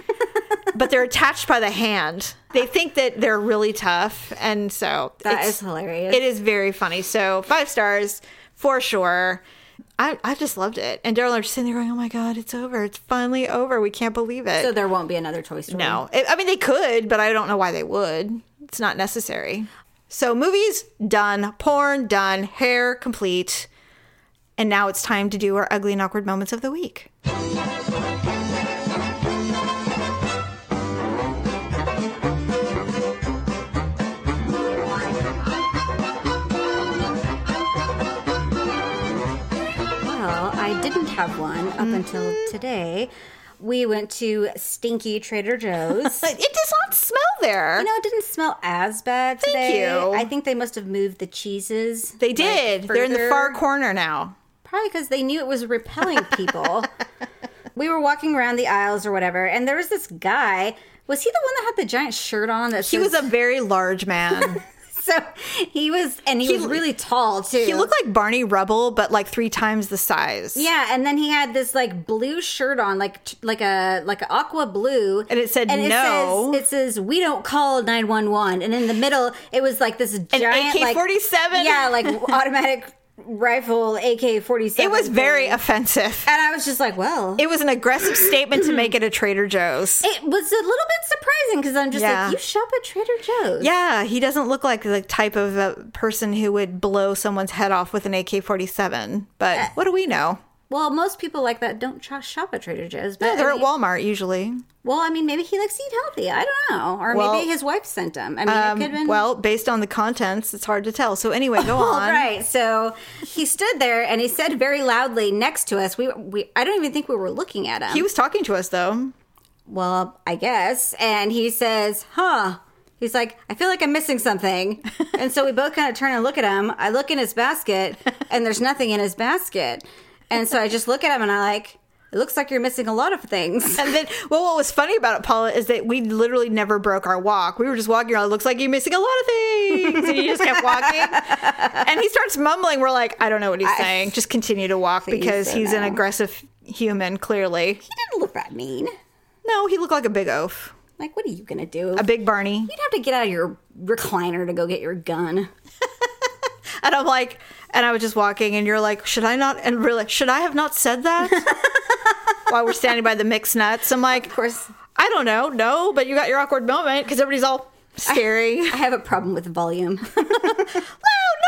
[SPEAKER 1] But they're attached by the hand. They think that they're really tough, and so
[SPEAKER 3] That
[SPEAKER 1] it's-
[SPEAKER 3] is hilarious.
[SPEAKER 1] It is very funny. So five stars for sure. I, I just loved it. And Daryl and I are just sitting there going, "Oh my god, it's over! It's finally over! We can't believe it."
[SPEAKER 3] so there won't be another Toy Story.
[SPEAKER 1] No. I I mean, they could, but I don't know why they would. It's not necessary. So, movies done, porn done, hair complete. And now it's time to do our ugly and awkward moments of the week.
[SPEAKER 3] Well, I didn't have one up
[SPEAKER 1] Mm.
[SPEAKER 3] until today. We went to stinky Trader Joe's.
[SPEAKER 1] *laughs* But it does not smell there.
[SPEAKER 3] You know, it didn't smell as bad
[SPEAKER 1] Thank
[SPEAKER 3] today.
[SPEAKER 1] you.
[SPEAKER 3] I think they must have moved the cheeses.
[SPEAKER 1] they did. They're in the far corner now.
[SPEAKER 3] Probably because they knew it was repelling
[SPEAKER 1] *laughs*
[SPEAKER 3] people. we were walking around the aisles or whatever, and there was this guy. Was he the one that had the giant shirt on? That
[SPEAKER 1] He was a very large man.
[SPEAKER 3] *laughs* so he was, and he, was really tall too.
[SPEAKER 1] he looked like Barney Rubble, but like three times the size.
[SPEAKER 3] yeah, and then he had this like blue shirt on, like t- like a like a aqua blue,
[SPEAKER 1] And it said
[SPEAKER 3] it
[SPEAKER 1] no.
[SPEAKER 3] says- It says, "We don't call nine one one," and in the middle it was like this giant like-
[SPEAKER 1] AK-47?
[SPEAKER 3] yeah, like automatic rifle AK forty
[SPEAKER 1] It
[SPEAKER 3] seven.
[SPEAKER 1] was very offensive.
[SPEAKER 3] and I was just like, well,
[SPEAKER 1] Uh, It was an aggressive statement to make at a Trader Joe's.
[SPEAKER 3] It was a little bit surprising because I'm just
[SPEAKER 1] Yeah.
[SPEAKER 3] like, you shop at Trader Joe's.
[SPEAKER 1] Yeah, he doesn't look like the type of uh person who would blow someone's head off with an AK 47. But what do we know?
[SPEAKER 3] Well, most people like that don't tra- shop at Trader Joe's. But
[SPEAKER 1] No, they're
[SPEAKER 3] I
[SPEAKER 1] at
[SPEAKER 3] mean-
[SPEAKER 1] Walmart usually.
[SPEAKER 3] Well, I mean, maybe he likes to eat healthy. I don't know. Or
[SPEAKER 1] Well, um,
[SPEAKER 3] maybe his wife sent him. I mean, it could have been.
[SPEAKER 1] Well, based on the contents, it's hard to tell. So, *laughs* anyway, go
[SPEAKER 3] Well,
[SPEAKER 1] on.
[SPEAKER 3] right. So he stood there and he said very loudly next to us. We, we I don't even think we were looking at him.
[SPEAKER 1] He was talking to us, though.
[SPEAKER 3] well, I guess. And he says, huh. He's like, I feel like I'm missing something. and so we both kind of turn and look at him. I look in his basket and there's nothing in his basket. And so I just look at him and I like, it looks like you're missing a lot of things.
[SPEAKER 1] *laughs* And then, well, what was funny about it, Paula, is that we literally never broke our walk. We were just walking around. It looks like you're missing a lot of things. And you just kept
[SPEAKER 3] *laughs*
[SPEAKER 1] walking. and he starts mumbling. We're like, I don't know what he's saying. Just continue to walk because
[SPEAKER 3] don't
[SPEAKER 1] he's an
[SPEAKER 3] know.
[SPEAKER 1] aggressive human, clearly.
[SPEAKER 3] He didn't look that mean.
[SPEAKER 1] No, he looked like a big oaf.
[SPEAKER 3] Like, what are you going to do?
[SPEAKER 1] a big Barney.
[SPEAKER 3] You'd have to get out of your recliner to go get your gun.
[SPEAKER 1] And I'm like,
[SPEAKER 3] *laughs*
[SPEAKER 1] and I was just walking, and you're like, should I not? And really, should I have not said that? while we're standing by the mixed nuts. I'm like,
[SPEAKER 3] Of course.
[SPEAKER 1] I don't know, no, but you got your awkward moment because everybody's
[SPEAKER 3] *laughs*
[SPEAKER 1] all staring.
[SPEAKER 3] I have a problem with volume. *laughs*
[SPEAKER 1] Loud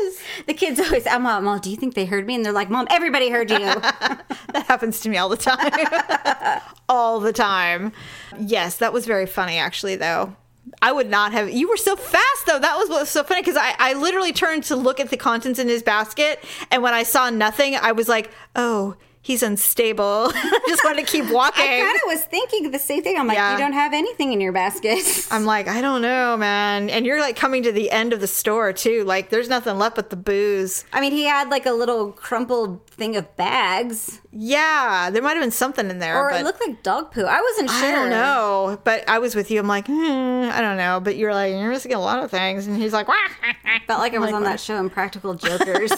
[SPEAKER 1] noises.
[SPEAKER 3] the kids always, I'm all, Mom, do you think they heard me? And they're like, Mom, everybody heard you.
[SPEAKER 1] That happens to me all the time.
[SPEAKER 3] *laughs*
[SPEAKER 1] all the time. Yes, that was very funny, actually, though. I would not have. You were so fast, though. That was what was so funny because I, I literally turned to look at the contents in his basket. And when I saw nothing, I was like, oh, he's unstable. *laughs* Just wanted to keep walking.
[SPEAKER 3] I kind of was thinking the same thing. I'm like,
[SPEAKER 1] Yeah. Uh,
[SPEAKER 3] you don't have anything in your basket.
[SPEAKER 1] I'm like, I don't know, man. And you're like coming to the end of the store, too. Like, there's nothing left but the booze.
[SPEAKER 3] I mean, he had like a little crumpled thing of bags,
[SPEAKER 1] Yeah, there might have been something in there.
[SPEAKER 3] or
[SPEAKER 1] but...
[SPEAKER 3] it looked like dog poo. I wasn't sure.
[SPEAKER 1] I don't know, but I was with you. I'm like, hmm, I don't know, but you're like, you're missing a lot of things, and he's like, "Wah." *laughs*
[SPEAKER 3] Felt like I was on that show, Impractical Jokers.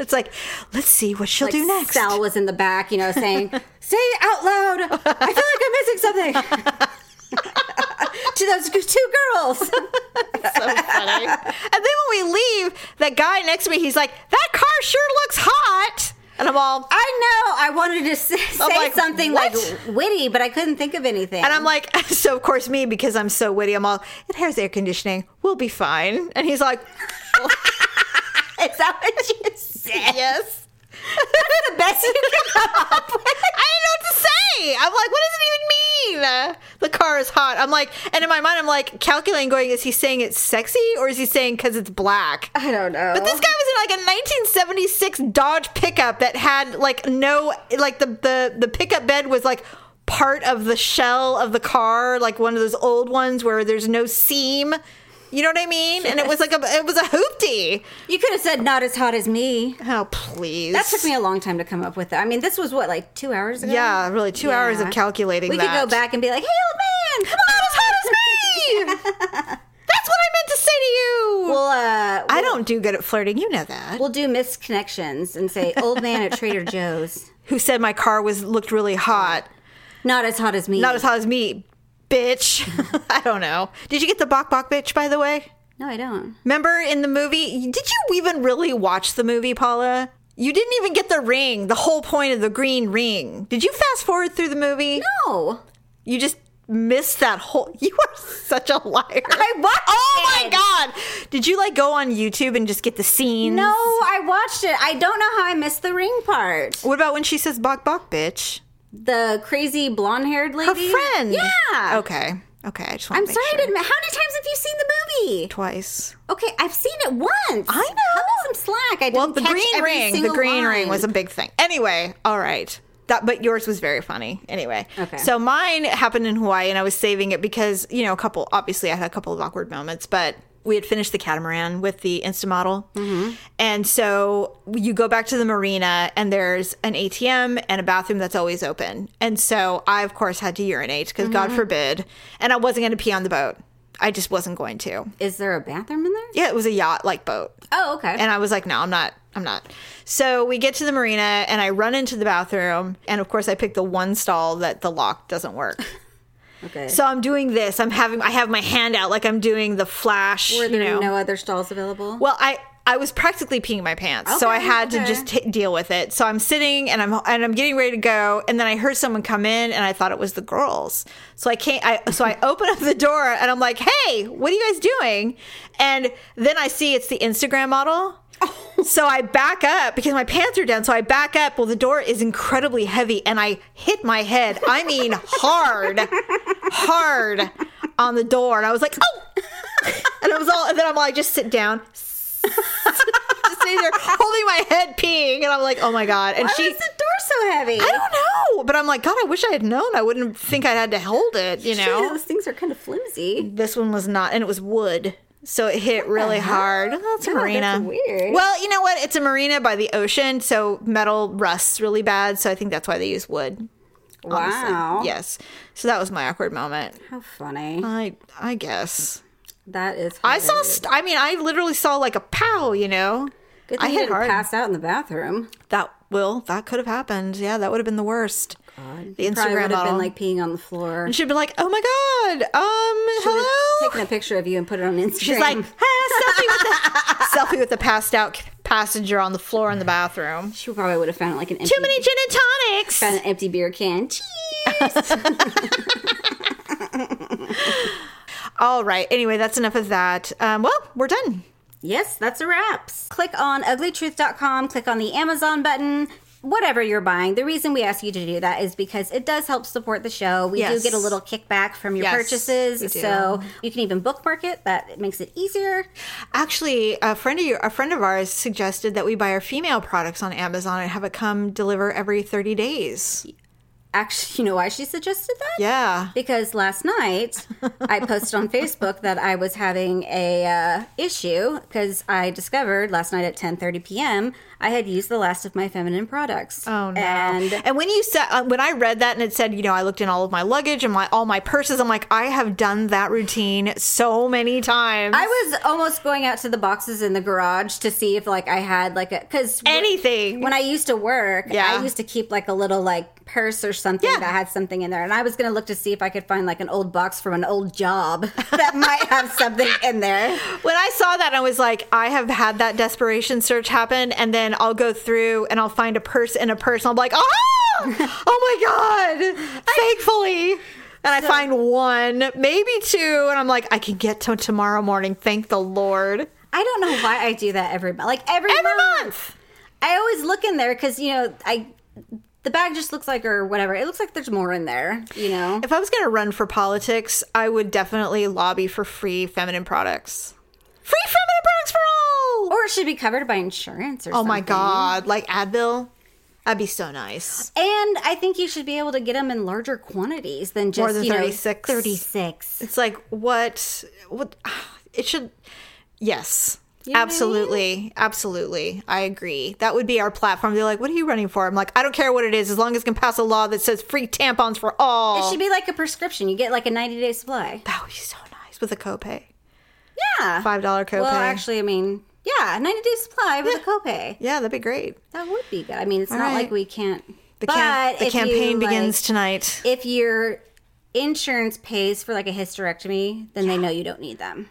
[SPEAKER 1] it's like, let's see what she'll
[SPEAKER 3] like
[SPEAKER 1] do next.
[SPEAKER 3] Sal was in the back, you
[SPEAKER 1] *laughs*
[SPEAKER 3] know, saying, "Say it out loud, I feel like I'm missing something." to those g- two girls,
[SPEAKER 1] So funny. *laughs* and then when we leave, that guy next to me, he's like, that car sure looks hot, and I'm all,
[SPEAKER 3] I know I wanted to s- say
[SPEAKER 1] I'm like,
[SPEAKER 3] something
[SPEAKER 1] "What?"
[SPEAKER 3] like witty, but I couldn't think of anything.
[SPEAKER 1] and I'm like, *laughs* so of course me because I'm so witty, I'm all, it has air conditioning, we'll be fine, and he's like,
[SPEAKER 3] "Is that
[SPEAKER 1] *laughs*
[SPEAKER 3] what you said?"
[SPEAKER 1] yes.
[SPEAKER 3] That's the best you can come
[SPEAKER 1] *laughs* I
[SPEAKER 3] up
[SPEAKER 1] didn't know what to say. I'm like, what does it even mean? The car is hot. I'm like, and in my mind, I'm like calculating, going, is he saying it's sexy or is he saying because it's black?
[SPEAKER 3] I don't know.
[SPEAKER 1] But this guy was in like a 1976 Dodge pickup that had like no, like the the the pickup bed was like part of the shell of the car, like one of those old ones where there's no seam. You know what I mean? And it was like a it was a hoopty.
[SPEAKER 3] you could have said not as hot as me.
[SPEAKER 1] Oh please,
[SPEAKER 3] That took me a long time to come up with that. I mean, this was what like two hours ago.
[SPEAKER 1] Yeah, really, two hours of calculating
[SPEAKER 3] We
[SPEAKER 1] that.
[SPEAKER 3] could go back and be like, "Hey, old man, come on,
[SPEAKER 1] as hot as me. *laughs* That's what I meant to say to you.
[SPEAKER 3] We'll, uh,
[SPEAKER 1] I don't do good at flirting. You know that.
[SPEAKER 3] We'll do misconnections and say old man at Trader Joe's.
[SPEAKER 1] Who said my car was looked really hot?
[SPEAKER 3] Not as hot as me.
[SPEAKER 1] Not as hot as me, bitch. *laughs* I don't know. Did you get the bok bok bitch? By the way,
[SPEAKER 3] No, I don't.
[SPEAKER 1] remember in the movie? Did you even really watch the movie, Paula? You didn't even get the ring. The whole point of the green ring. Did you fast forward through the movie?
[SPEAKER 3] No.
[SPEAKER 1] You just missed that whole. *laughs* You are such a liar.
[SPEAKER 3] I watched
[SPEAKER 1] Oh my
[SPEAKER 3] it.
[SPEAKER 1] god! Did you like go on YouTube and just get the scenes?
[SPEAKER 3] No, I watched it. I don't know how I missed the ring part.
[SPEAKER 1] What about when she says "bok bok, bitch"?
[SPEAKER 3] The crazy blonde haired
[SPEAKER 1] A
[SPEAKER 3] lady.
[SPEAKER 1] friend.
[SPEAKER 3] Yeah.
[SPEAKER 1] Okay. Okay. I just want
[SPEAKER 3] I'm
[SPEAKER 1] to
[SPEAKER 3] sorry I didn't. How many times have you seen the movie?
[SPEAKER 1] Twice.
[SPEAKER 3] Okay, I've seen it once. I
[SPEAKER 1] know.
[SPEAKER 3] How about some slack? I didn't
[SPEAKER 1] Well, the
[SPEAKER 3] catch
[SPEAKER 1] green
[SPEAKER 3] every
[SPEAKER 1] ring. The
[SPEAKER 3] single
[SPEAKER 1] green ring
[SPEAKER 3] line.
[SPEAKER 1] was a big thing. Anyway, all right. That, but yours was very funny. Anyway,
[SPEAKER 3] Okay.
[SPEAKER 1] So mine happened in Hawaii, and I was saving it because you know a couple. Obviously, I had a couple of awkward moments, but we had finished the catamaran with the Instamodel,
[SPEAKER 3] Mm-hmm.
[SPEAKER 1] and so you go back to the marina, and there's an ATM and a bathroom that's always open, and so I of course had to urinate because God
[SPEAKER 3] Mm-hmm.
[SPEAKER 1] forbid, and I wasn't going to pee on the boat. I just wasn't going to.
[SPEAKER 3] Is there a bathroom in there?
[SPEAKER 1] Yeah, it was a yacht like boat.
[SPEAKER 3] Oh, okay.
[SPEAKER 1] And I was like, no, I'm not. I'm not. So we get to the marina and I run into the bathroom. And of course, I pick the one stall that the lock doesn't
[SPEAKER 3] *laughs*
[SPEAKER 1] work.
[SPEAKER 3] okay.
[SPEAKER 1] So I'm doing this. I'm having, I have my hand out like I'm doing the flash.
[SPEAKER 3] were
[SPEAKER 1] you
[SPEAKER 3] there
[SPEAKER 1] know.
[SPEAKER 3] no other stalls available?
[SPEAKER 1] Well, I I was practically peeing my pants, so I
[SPEAKER 3] Uh-huh. Okay,
[SPEAKER 1] had to
[SPEAKER 3] okay.
[SPEAKER 1] just t- deal with it. So I'm sitting and I'm and I'm getting ready to go, and then I heard someone come in, and I thought it was the girls. So I can't. I so
[SPEAKER 3] *laughs*
[SPEAKER 1] I open up the door, and I'm like, "Hey, what are you guys doing?" And then I see it's the Instagram model.
[SPEAKER 3] Oh.
[SPEAKER 1] So I back up because my pants are down. So I back up. Well, the door is incredibly heavy, and I hit my head. I mean, hard, hard on the door, and I was like, "Oh!" And I was all. And then I'm like, "Just sit down, *laughs* just sitting there holding my head peeing and i'm like oh my god and
[SPEAKER 3] Why
[SPEAKER 1] she
[SPEAKER 3] was the door so heavy?
[SPEAKER 1] i don't know but i'm like god i wish i had known i wouldn't think i'd had to hold it you
[SPEAKER 3] Sure,
[SPEAKER 1] know
[SPEAKER 3] those things are kind of flimsy.
[SPEAKER 1] this one was not and it was wood so it hit really hard. Oh, it's a
[SPEAKER 3] God,
[SPEAKER 1] marina.
[SPEAKER 3] that's weird.
[SPEAKER 1] Well, you know what? It's a marina by the ocean, so metal rusts really bad. So I think that's why they use wood. honestly.
[SPEAKER 3] Wow.
[SPEAKER 1] Yes. So that was my awkward moment.
[SPEAKER 3] How funny.
[SPEAKER 1] I I guess
[SPEAKER 3] That is.
[SPEAKER 1] Uh, I saw.
[SPEAKER 3] hilarious.
[SPEAKER 1] St- I mean, I literally saw like a pow. You know.
[SPEAKER 3] Good
[SPEAKER 1] I
[SPEAKER 3] thing you
[SPEAKER 1] hit
[SPEAKER 3] didn't
[SPEAKER 1] hard.
[SPEAKER 3] pass out in the bathroom.
[SPEAKER 1] That will that could have happened. Yeah, that would have been the worst. The
[SPEAKER 3] You probably
[SPEAKER 1] Instagram
[SPEAKER 3] would have
[SPEAKER 1] model.
[SPEAKER 3] been like peeing on the
[SPEAKER 1] *laughs*
[SPEAKER 3] floor.
[SPEAKER 1] and she'd be like, "Oh my god, um,
[SPEAKER 3] She would've
[SPEAKER 1] *laughs* hello."
[SPEAKER 3] Taken a picture of you and put it on Instagram. *laughs*
[SPEAKER 1] She's like, "Ah, selfie with the selfie with the passed out
[SPEAKER 4] passenger on the floor in the bathroom.
[SPEAKER 3] She probably would have found it like an empty,
[SPEAKER 1] Too many gin and tonics.
[SPEAKER 3] found an empty beer can. Cheese.
[SPEAKER 1] All right. Anyway, that's enough of that. Um, well, we're done.
[SPEAKER 3] Yes, that's a wraps. Click on uglytruth.com, click on the Amazon button. Whatever you're buying, the reason we ask you to do that is because it does help support the show. We do
[SPEAKER 1] Yes.
[SPEAKER 3] get a little kickback from your
[SPEAKER 1] Yes, we
[SPEAKER 3] purchases,
[SPEAKER 1] do.
[SPEAKER 3] so you can even bookmark it. That makes it easier.
[SPEAKER 1] Actually, a friend of you, a friend of ours suggested that we buy our female products on Amazon and have it come deliver every 30 days.
[SPEAKER 3] Actually, you know why she suggested that?
[SPEAKER 1] Yeah.
[SPEAKER 3] Because last night I posted on Facebook that I was having a uh, issue because I discovered last night at 10:30 p.m. I had used the last of my feminine products.
[SPEAKER 1] Oh no!
[SPEAKER 3] And
[SPEAKER 1] And, when you said uh, when I read that and it said, you know, I looked in all of my luggage and my all my purses, I'm like, I have done that routine so many times.
[SPEAKER 3] I was almost going out to the boxes in the garage to see if like I had like a because
[SPEAKER 1] Anything.
[SPEAKER 3] when I used to work,
[SPEAKER 1] Yeah.
[SPEAKER 3] I used to keep like a little like purse or something
[SPEAKER 1] Yeah.
[SPEAKER 3] that had something in there, and I was gonna look to see if I could find like an old box from an old job *laughs* that might have something in there.
[SPEAKER 1] when I saw that, I was like, I have had that desperation search happen, and then I'll go through and I'll find a purse in a purse, and I'm
[SPEAKER 3] *laughs*
[SPEAKER 1] like, "Ah!" oh, oh my god! Thankfully. And I find one, maybe two, and I'm like, I can get to tomorrow morning. Thank the Lord.
[SPEAKER 3] I don't know why I do that every month. Like every,
[SPEAKER 1] Every
[SPEAKER 3] month.
[SPEAKER 1] month.
[SPEAKER 3] I always look in there because you know I. The bag just looks like, or whatever. It looks like there's more in there, you know.
[SPEAKER 1] If I was going to run for politics, I would definitely lobby for free feminine products. Free feminine products for all!
[SPEAKER 3] Or it should be covered by insurance or
[SPEAKER 1] oh my
[SPEAKER 3] something.
[SPEAKER 1] god, like Advil? That'd be so nice.
[SPEAKER 3] And I think you should be able to get them in larger quantities than just
[SPEAKER 1] More than
[SPEAKER 3] you know,
[SPEAKER 1] 36.
[SPEAKER 3] 36.
[SPEAKER 1] It's like what what *sighs* it should yes.
[SPEAKER 3] know what I
[SPEAKER 1] absolutely. Absolutely. I agree. That would be our platform. They're like, "What are you running for?" I'm like, "I don't care what it is as long as it can pass a law that says free tampons for all."
[SPEAKER 3] It should be like a prescription. You get like a 90 day supply.
[SPEAKER 1] that would be so nice with a copay.
[SPEAKER 3] Yeah.
[SPEAKER 1] $5 copay.
[SPEAKER 3] Well, actually, I mean, yeah, 90 day supply with a copay.
[SPEAKER 1] yeah, that'd be great.
[SPEAKER 3] That would be good. I mean, it's
[SPEAKER 1] All
[SPEAKER 3] not
[SPEAKER 1] right.
[SPEAKER 3] like we can't.
[SPEAKER 1] The,
[SPEAKER 3] but
[SPEAKER 1] cam- the
[SPEAKER 3] if you,
[SPEAKER 1] campaign
[SPEAKER 3] like-
[SPEAKER 1] begins tonight.
[SPEAKER 3] If your insurance pays for like a hysterectomy, then they know you don't need them.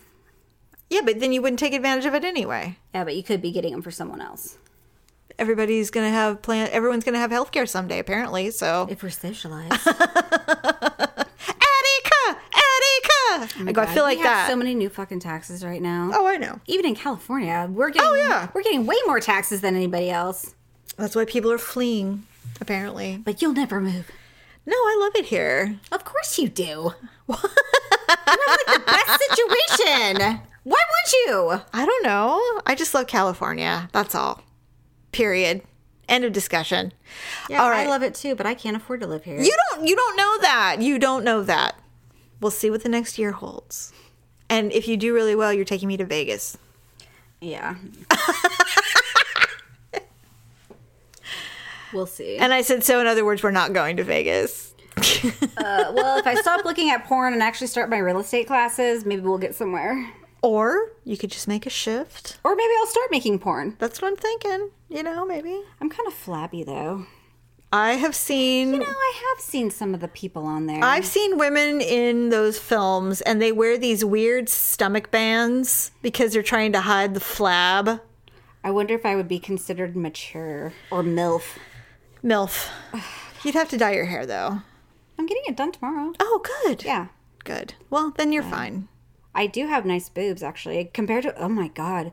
[SPEAKER 1] Yeah, but then you wouldn't take advantage of it anyway.
[SPEAKER 3] Yeah, but you could be getting them for someone else
[SPEAKER 1] Everybody's gonna have plan. Everyone's gonna have healthcare someday, apparently. So,
[SPEAKER 3] if we're *laughs* socialized.
[SPEAKER 1] Attica, Attica. I go. I feel like
[SPEAKER 3] Oh we have
[SPEAKER 1] that.
[SPEAKER 3] So many new fucking taxes right now.
[SPEAKER 1] oh, I know.
[SPEAKER 3] even in California, we're getting
[SPEAKER 1] Oh, yeah.
[SPEAKER 3] we're getting way more taxes than anybody else.
[SPEAKER 1] That's why people are fleeing. Apparently.
[SPEAKER 3] But you'll never move.
[SPEAKER 1] No, I love it here.
[SPEAKER 3] Of course *laughs* you do. you have like the best situation. Why would you?
[SPEAKER 1] I don't know. I just love California. That's all. Period. End of discussion. all right.
[SPEAKER 3] I love it too, but I can't afford to live here.
[SPEAKER 1] you don't. You don't know that. You don't know that. We'll see what the next year holds. And if you do really well, you're taking me to Vegas.
[SPEAKER 3] yeah. *laughs* we'll see.
[SPEAKER 1] And I said, so in other words, we're not going to Vegas.
[SPEAKER 3] Uh, well, if I stop looking at porn and actually start my real estate classes, maybe we'll get somewhere.
[SPEAKER 1] *laughs* Or you could just make a shift.
[SPEAKER 3] Or maybe I'll start making porn.
[SPEAKER 1] That's what I'm thinking. You know, maybe.
[SPEAKER 3] I'm kind of flabby though.
[SPEAKER 1] I have seen
[SPEAKER 3] No, I have seen some of the people on there.
[SPEAKER 1] I've seen women in those films and they wear these weird stomach bands because they're trying to hide the flab.
[SPEAKER 3] I wonder if I would be considered mature or MILF.
[SPEAKER 1] MILF. *sighs* You'd have to dye your hair though.
[SPEAKER 3] I'm getting it done tomorrow.
[SPEAKER 1] Oh, good.
[SPEAKER 3] Yeah.
[SPEAKER 1] Good. Well, then you're fine.
[SPEAKER 3] I do have nice boobs actually compared to oh my god.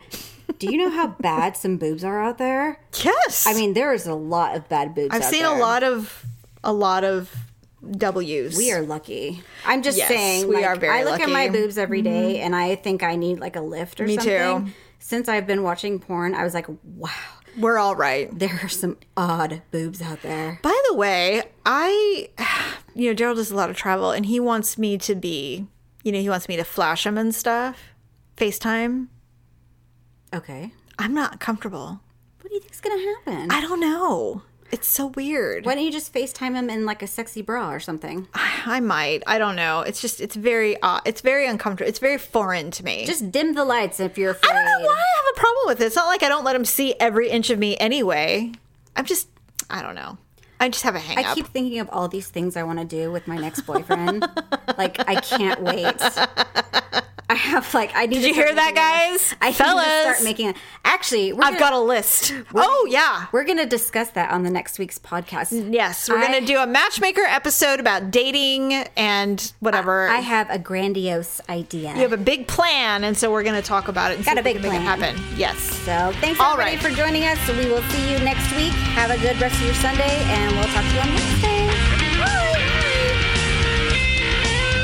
[SPEAKER 3] Do you
[SPEAKER 1] *laughs*
[SPEAKER 3] know how bad some boobs are out there?
[SPEAKER 1] Yes.
[SPEAKER 3] I mean, there is a lot of bad boobs
[SPEAKER 1] I've
[SPEAKER 3] out
[SPEAKER 1] seen
[SPEAKER 3] there.
[SPEAKER 1] a lot of a lot of W's.
[SPEAKER 3] we are lucky. I'm just
[SPEAKER 1] Yes,
[SPEAKER 3] saying
[SPEAKER 1] we
[SPEAKER 3] like,
[SPEAKER 1] are very
[SPEAKER 3] I look at my
[SPEAKER 1] lucky. Mm-hmm.
[SPEAKER 3] boobs every day and I think I need like a lift or
[SPEAKER 1] Me too.
[SPEAKER 3] something. Since I've been watching porn, I was like, wow, *laughs*
[SPEAKER 1] We're all right.
[SPEAKER 3] there are some odd boobs out there.
[SPEAKER 1] By the way, I, *sighs* you know, Daryl does a lot of travel and he wants me to be, you know, he wants me to flash him and stuff, FaceTime.
[SPEAKER 3] Okay.
[SPEAKER 1] I'm not comfortable.
[SPEAKER 3] What do you think's going to happen?
[SPEAKER 1] I don't know. It's so weird.
[SPEAKER 3] Why don't you just FaceTime him in like a sexy bra or something?
[SPEAKER 1] I might. I don't know. It's just, it's very, uh, it's very uncomfortable. It's very foreign to me.
[SPEAKER 3] Just dim the lights if you're afraid.
[SPEAKER 1] I don't know why I have a problem with it. It's not like I don't let him see every inch of me anyway. I'm just, I don't know. I just have a hang
[SPEAKER 3] I
[SPEAKER 1] up.
[SPEAKER 3] keep thinking of all these things I want to do with my next boyfriend. like I can't wait. I have like I need. Did
[SPEAKER 1] you hear that, guys?
[SPEAKER 3] I need to
[SPEAKER 1] Fellas.
[SPEAKER 3] start making. I Actually, we're
[SPEAKER 1] I've
[SPEAKER 3] gonna-
[SPEAKER 1] got a list. Oh yeah.
[SPEAKER 3] We're going to discuss that on the next week's podcast.
[SPEAKER 1] Yes, we're
[SPEAKER 3] I-
[SPEAKER 1] going to do a matchmaker episode about dating and whatever.
[SPEAKER 3] I have a grandiose idea.
[SPEAKER 1] you have a big plan, and so we're going to talk about it. And
[SPEAKER 3] Got
[SPEAKER 1] see
[SPEAKER 3] a
[SPEAKER 1] if we can
[SPEAKER 3] big
[SPEAKER 1] make
[SPEAKER 3] plan.
[SPEAKER 1] it happen. Yes.
[SPEAKER 3] so thanks
[SPEAKER 1] All
[SPEAKER 3] everybody
[SPEAKER 1] right.
[SPEAKER 3] for joining us. We will see you next week. Have a good rest of your Sunday, and we'll talk to you on Wednesday. Bye.